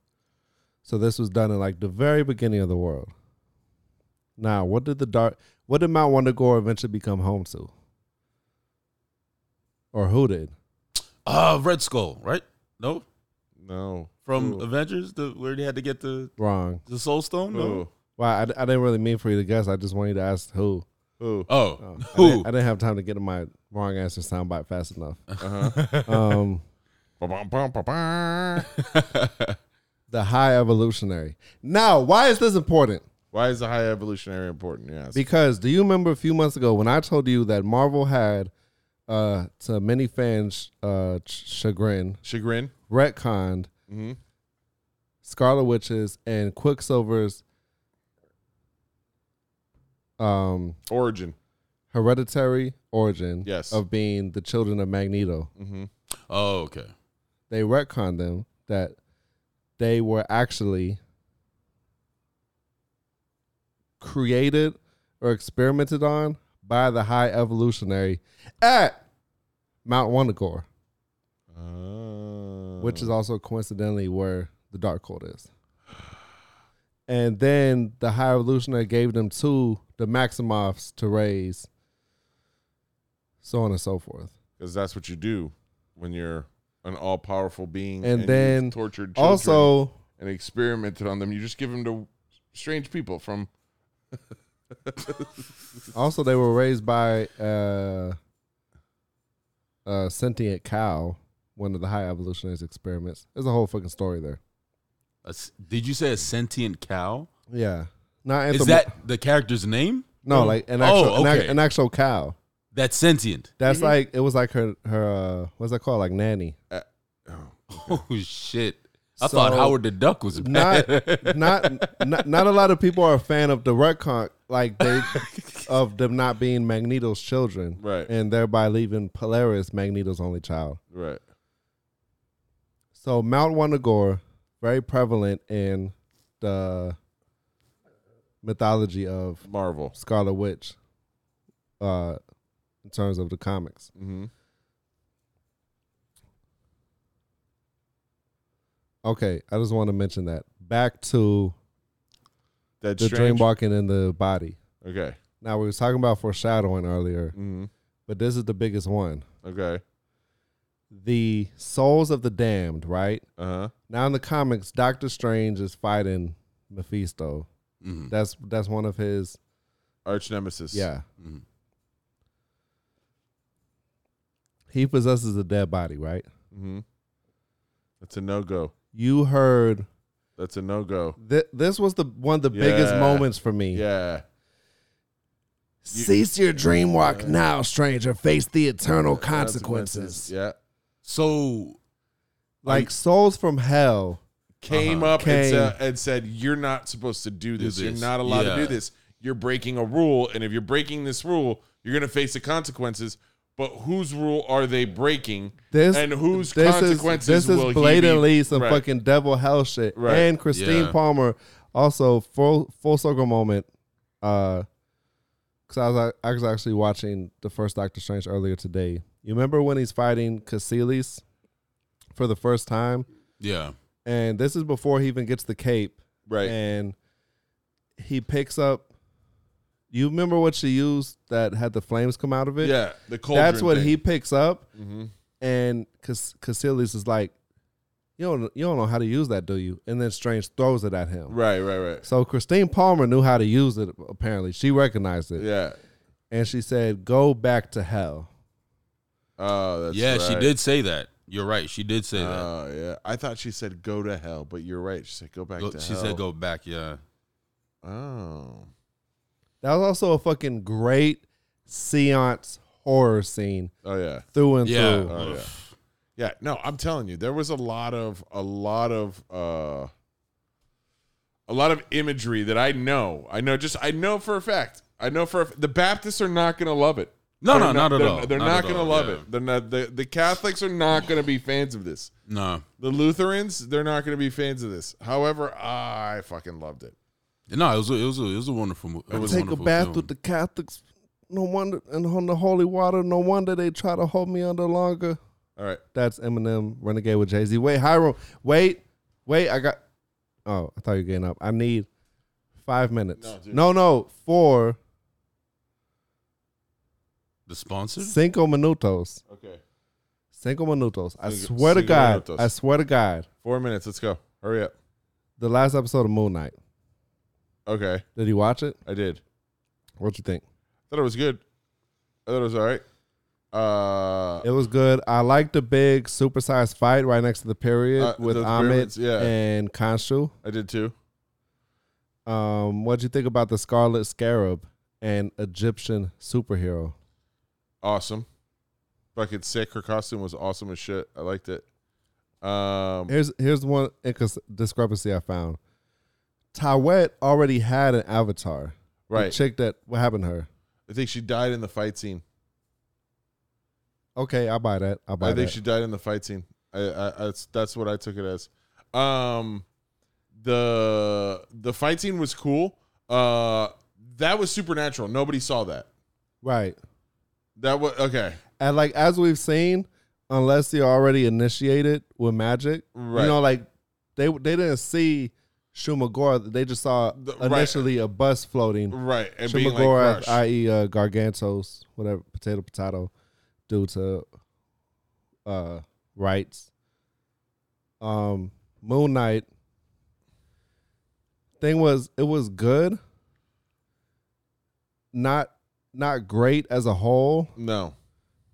So this was done in like the very beginning of the world. Now, what did the dark what did Mount Wondergore eventually become home to? Or who did?
Uh, Red Skull, right? No,
no
from
Ooh.
Avengers, the, where they had to get the
Wrong.
the Soul Stone. No.
Who?
Well, I, I didn't really mean for you to guess. I just wanted you to ask who.
Who?
[laughs] Oh,
I
who?
didn't, I didn't have time to get to my wrong answer soundbite fast enough.
Uh-huh.
[laughs] Um,
Ba-bum-bum-ba-bum.
the high evolutionary. Now, why is this important?
Why is the high evolutionary important? Yes.
Because do you remember a few months ago when I told you that Marvel had, uh, to many fans' uh, ch- chagrin,
Chagrin.
retconned
Mhm.
Scarlet Witch's and Quicksilver's um,
Origin.
hereditary origin
Yes.
of being the children of Magneto?
Mm-hmm.
[laughs] oh, okay.
They retconned them that they were actually created or experimented on by the high evolutionary at Mount Wondercore,
Oh.
which is also coincidentally where the Darkhold is. And then the high evolutionary gave them to the Maximoffs to raise, so on and so forth.
because that's what you do when you're an all-powerful being
And
you've
then
tortured children
Also,
and experimented on them. You just give them to strange people from
Also, they were raised by uh, a sentient cow, one of the high evolutionaries' experiments. There's a whole fucking story there.
A s- did you say a sentient cow?
Yeah. Not anthrop-
Is that the character's name?
no like an
Oh,
actual an ac-
okay.
an, actual cow?
That's sentient.
That's
[laughs]
like it was like her her uh, what's that called like nanny.
Oh shit! I thought Howard the Duck was
not,
bad. [laughs]
not not not a lot of people are a fan of the retcon like they of them not being Magneto's children,
Right.
and thereby leaving Polaris Magneto's only child.
Right.
So Mount Wanagore, very prevalent in the mythology of
Marvel.
Scarlet Witch, uh, in terms of the comics.
Mm-hmm.
Okay, I just want to mention that. Back to
That's
the dream
strange.
walking in the body.
Okay.
Now we were talking about foreshadowing earlier,
Mm-hmm.
but this is the biggest one.
Okay.
The souls of the damned, right?
Uh huh.
Now in the comics, Doctor Strange is fighting Mephisto.
Mhm.
That's that's one of his
Arch nemesis.
yeah.
Mm-hmm.
Mhm.
He possesses a dead body, right?
Mm-hmm. That's a no go.
You heard
That's a no go.
th- this was the one of the biggest
Yeah.
moments for me.
Yeah.
Cease your dream walk now, stranger. Face the eternal consequences.
Yeah.
So
Like souls from hell.
Came
Uh-huh.
up and,
Came.
sa- and said, "You're not supposed to do this.
this.
You're not allowed
Yeah.
to do this. You're breaking a rule, and if you're breaking this rule, you're going to face the consequences." But whose rule are they breaking?
This
and whose
this
consequences
Is, this
will
is blatantly some
Right.
fucking devil hell shit.
Right.
And Christine
Yeah.
Palmer also full full circle moment. Uh, because I was I was actually watching the first Doctor Strange earlier today. You remember when he's fighting Cassilis for the first time,
yeah,
and this is before he even gets the cape.
he right?
and he picks up. You remember what she used that had the flames come out of it?
yeah, the cauldron.
that's what
thing.
he picks up,
Mm-hmm.
and Cas- Cassilius is like, "You don't, you don't know how to use that, do you?" And then Strange throws it at him.
Right, right, right.
So Christine Palmer knew how to use it. Apparently, she recognized it,
Yeah.
and she said, "Go back to hell."
Oh, that's
yeah, she
right.
did say that. You're right. She did say
Uh,
that.
Oh yeah, I thought she said go to hell, but you're right. She said go back
Go-
to
she
hell.
said go back. Yeah,
Oh,
That was also a fucking great seance horror scene
oh yeah,
through and
yeah. uh,
through.
Oh, yeah. yeah. No, I'm telling you, there was a lot of a lot of uh, a lot of imagery that I know. I know just I know for a fact. I know for a, f- the Baptists are not gonna love it.
No,
They're
no, not at
they're-
all.
They're
Not
not,
at
gonna
all,
love
yeah.
it. They're not. The, the Catholics are not gonna be fans of this.
No,
The Lutherans, they're not gonna be fans of this. However, I fucking loved it.
no, it was a, it was a, it was a wonderful movie.
I take a bath with the Catholics. No wonder, and on the holy water. No wonder they try to hold me under longer.
All right.
That's Eminem, Renegade with Jay Z. Wait, Hiram, wait, wait. I got. Oh, I thought you were getting up. I need five minutes.
No, dude.
No, no, four
the sponsor.
cinco minutos.
Okay.
Cinco minutos. I
Cinco-
swear to
cinco
God.
minutos.
I swear to God.
Four minutes. Let's go. Hurry up.
The last episode of Moon Knight.
Okay,
Did you watch it?
I did.
What you think?
Thought it was good. I thought it was all right. Uh,
It was good. I liked the big supersized fight right next to the period
Uh,
with
those
Ahmed
pyramids, yeah.
and Khonshu.
I did too.
Um, what'd you think about the Scarlet Scarab, an Egyptian superhero?
Awesome. Fucking sick. Her costume was awesome as shit. I liked it. Um,
Here's here's one incons- discrepancy I found. Tawet already had an avatar. The
right.
chick that what happened to her?
I think she died in the fight scene.
Okay, I buy that. I buy
I think
that.
she died in the fight scene. I, I, I that's- that's what I took it as. Um, the the fight scene was cool. Uh, that was supernatural. Nobody saw that.
right.
That was okay.
And like as we've seen, unless you're already initiated with magic,
Right.
you know, like they they didn't see Shumagora. They just saw
The- right.
initially a bus floating.
Right. And being like
Shumagora,
crushed.
i.e., uh, Gargantos, whatever, potato, potato, due to uh, rights. Um, Moon Knight. Thing was, it was good. Not not great as a whole.
no.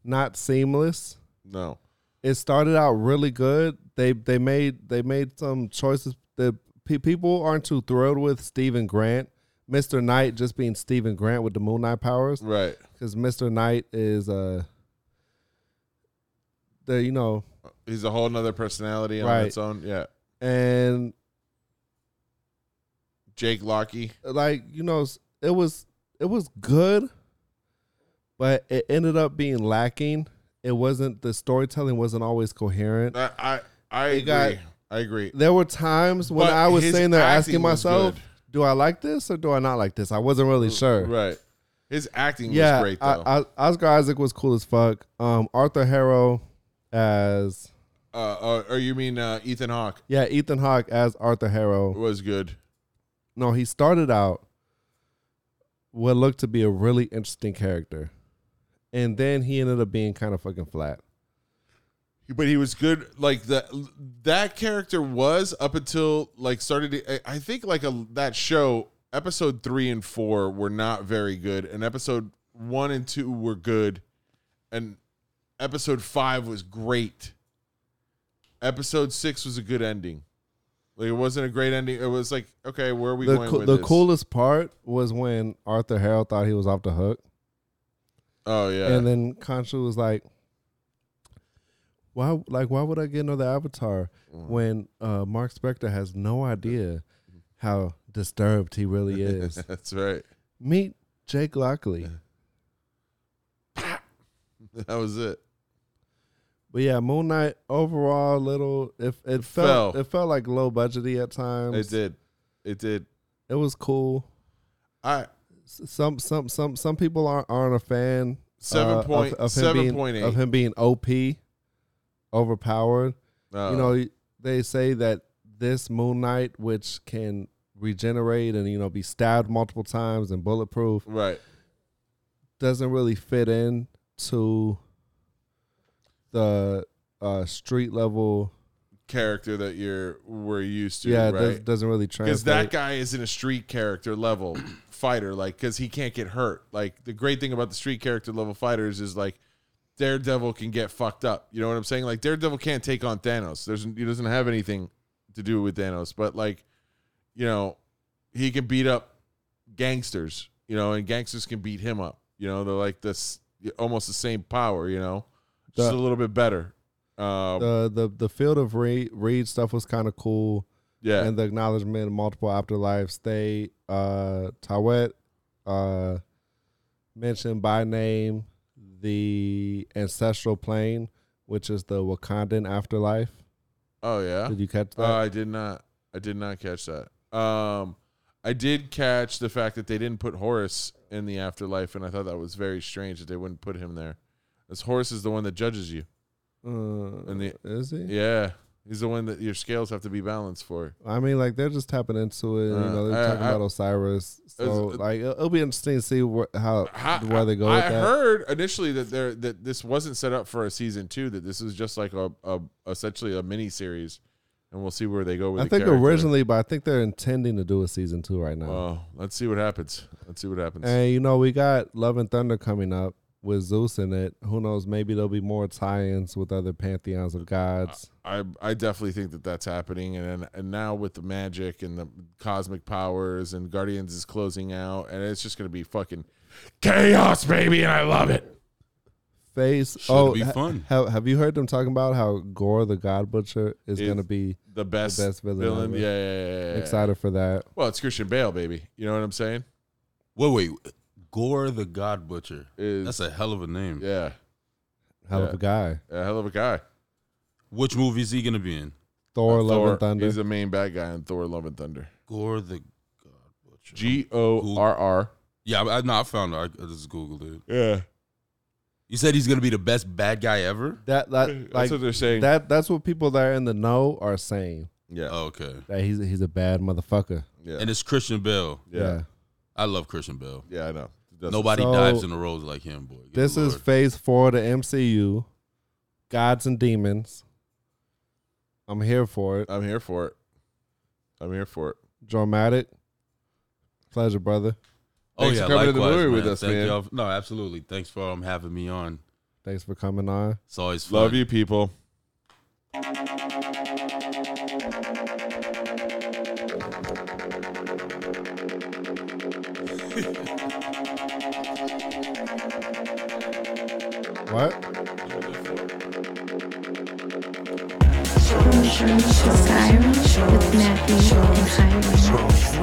Not seamless.
No.
It started out really good. They they made they made some choices that pe- people aren't too thrilled with. Stephen Grant, Mister Knight, just being Stephen Grant with the Moon Knight powers
Right.
because Mister Knight is uh the you know
He's a whole nother personality on
Right.
its own. Yeah.
and
Jake Locky.
like you know it was it was good but it ended up being lacking it wasn't the storytelling wasn't always coherent
I I I
It
agree.
got-
I agree.
there were times when
But
i was
his
sitting there asking
acting was
myself
good.
do i like this or do i not like this i wasn't really sure
Right. His acting
yeah
was great though.
I, I, oscar isaac was cool as fuck um arthur harrow as
uh, uh, or you mean uh, Ethan Hawke
yeah ethan hawke as arthur harrow
was good.
no he started out what looked to be a really interesting character and then he ended up being kind of fucking flat
but he was good like that that character was up until like started I, I think like a that show episode 3 and 4 were not very good and episode 1 and 2 were good and episode 5 was great episode 6 was a good ending like it wasn't a great ending it was like okay where are we
the
going
coo-
with
the
this?
coolest part was when Arthur Harrell thought he was off the hook,
oh yeah [laughs]
and then Conchu was like, "Why? Like, why would I get another Avatar
Mm.
when uh, Mark Spector has no idea how disturbed he really is?"
[laughs] that's right
Meet Jake Lockley.
that was it
But yeah, Moon Knight overall little if it, felt
fell.
it felt like low budgety at times.
it did it did
It was cool.
i
S- Some some some some people aren't aren't a fan
Seven
uh, of-
point-
of,
seven
him being,
point eight.
of him being OP, overpowered.
uh,
you know, they say that this Moon Knight, which can regenerate and you know be stabbed multiple times and bulletproof,
right
doesn't really fit in to the uh, street level.
character that you're we're used to,
yeah, it does,
right?
doesn't really
Because
translate.
that guy isn't a street character level [clears throat] fighter, like because he can't get hurt. Like the great thing about the street character level fighters is like Daredevil can get fucked up. You know what I'm saying? Like Daredevil can't take on Thanos. There's he doesn't have anything to do with Thanos, but like you know he can beat up gangsters. You know, and gangsters can beat him up. You know, they're like this almost the same power. You know, just
The-
a little bit better. Um,
the the the field of Reed, Reed stuff was kind of cool,
yeah,
and the acknowledgement of multiple afterlives. They uh, Tawet uh, mentioned by name the ancestral plane, which is the Wakandan afterlife.
oh yeah.
Did you catch that?
Uh, I did not. I did not catch that. Um, I did catch the fact that they didn't put Horus in the afterlife, and I thought that was very strange that they wouldn't put him there. As Horus is the one that judges you.
Uh,
and the-
is he?
Yeah, he's the one that your scales have to be balanced for.
I mean, like they're just tapping into it. you
Uh,
know, they're
I-
talking
I-
about Osiris. So,
It's-
like, it'll, it'll be interesting to see where, how,
How-
where they go
I
with that.
heard initially that there that this wasn't set up for a season two. That this is just like a, a essentially a mini series, and we'll see where they go with.
I
the
think
character.
originally, but I think they're intending to do a season two right now.
Well, let's see what happens. Let's see what happens.
And you know, we got Love and Thunder coming up with Zeus in it. Who knows? Maybe there'll be more tie-ins with other pantheons of gods.
I I definitely think that that's happening, and then- and now with the magic and the cosmic powers and Guardians is closing out, and it's just gonna be fucking chaos, baby, and I love it.
Face.
Should
oh,
be
ha-
fun.
ha- have you heard them talking about how Gore the God Butcher is
Is-
going to be?
The best,
best villain
villain,
ever.
Yeah, yeah, yeah, yeah, yeah.
Excited for that.
Well, it's Christian Bale, baby. You know what I'm saying?
Wait, wait. Gore the God Butcher.
Is-
That's a hell of a name.
Yeah,
Hell of
Yeah.
a guy.
a hell of a guy.
Which movie is he gonna be in?
Thor, Love
Uh, Thor-
and Thunder.
He's the main bad guy in Thor: Love and Thunder.
Gore the God Butcher.
G O R R.
yeah, I, I, no, I found it. I, I just googled it.
Yeah,
You said he's gonna be the best bad guy ever.
that that
that's
like
what they're saying.
that that's what people that are in the know are saying.
yeah,
Oh, okay.
That he's he's a bad motherfucker.
yeah,
And it's Christian Bell.
yeah, yeah,
I love Christian Bell.
I know. That's-
Nobody
So-
dives in the roles like him, boy. Good
This is
Lord.
phase four of the MCU. Gods and demons. I'm here for it.
I'm here for it. I'm here for it.
Dramatic. Pleasure, brother.
oh
thanks
yeah,
for coming to the
likewise,
movie
man.
with us,
Thank
man.
y'all- No, absolutely. Thanks for um, having me on.
Thanks for coming on.
It's always fun.
Love you, people.
What?
From shrooms Shrooms to Skyrim with Matthew and Hiram.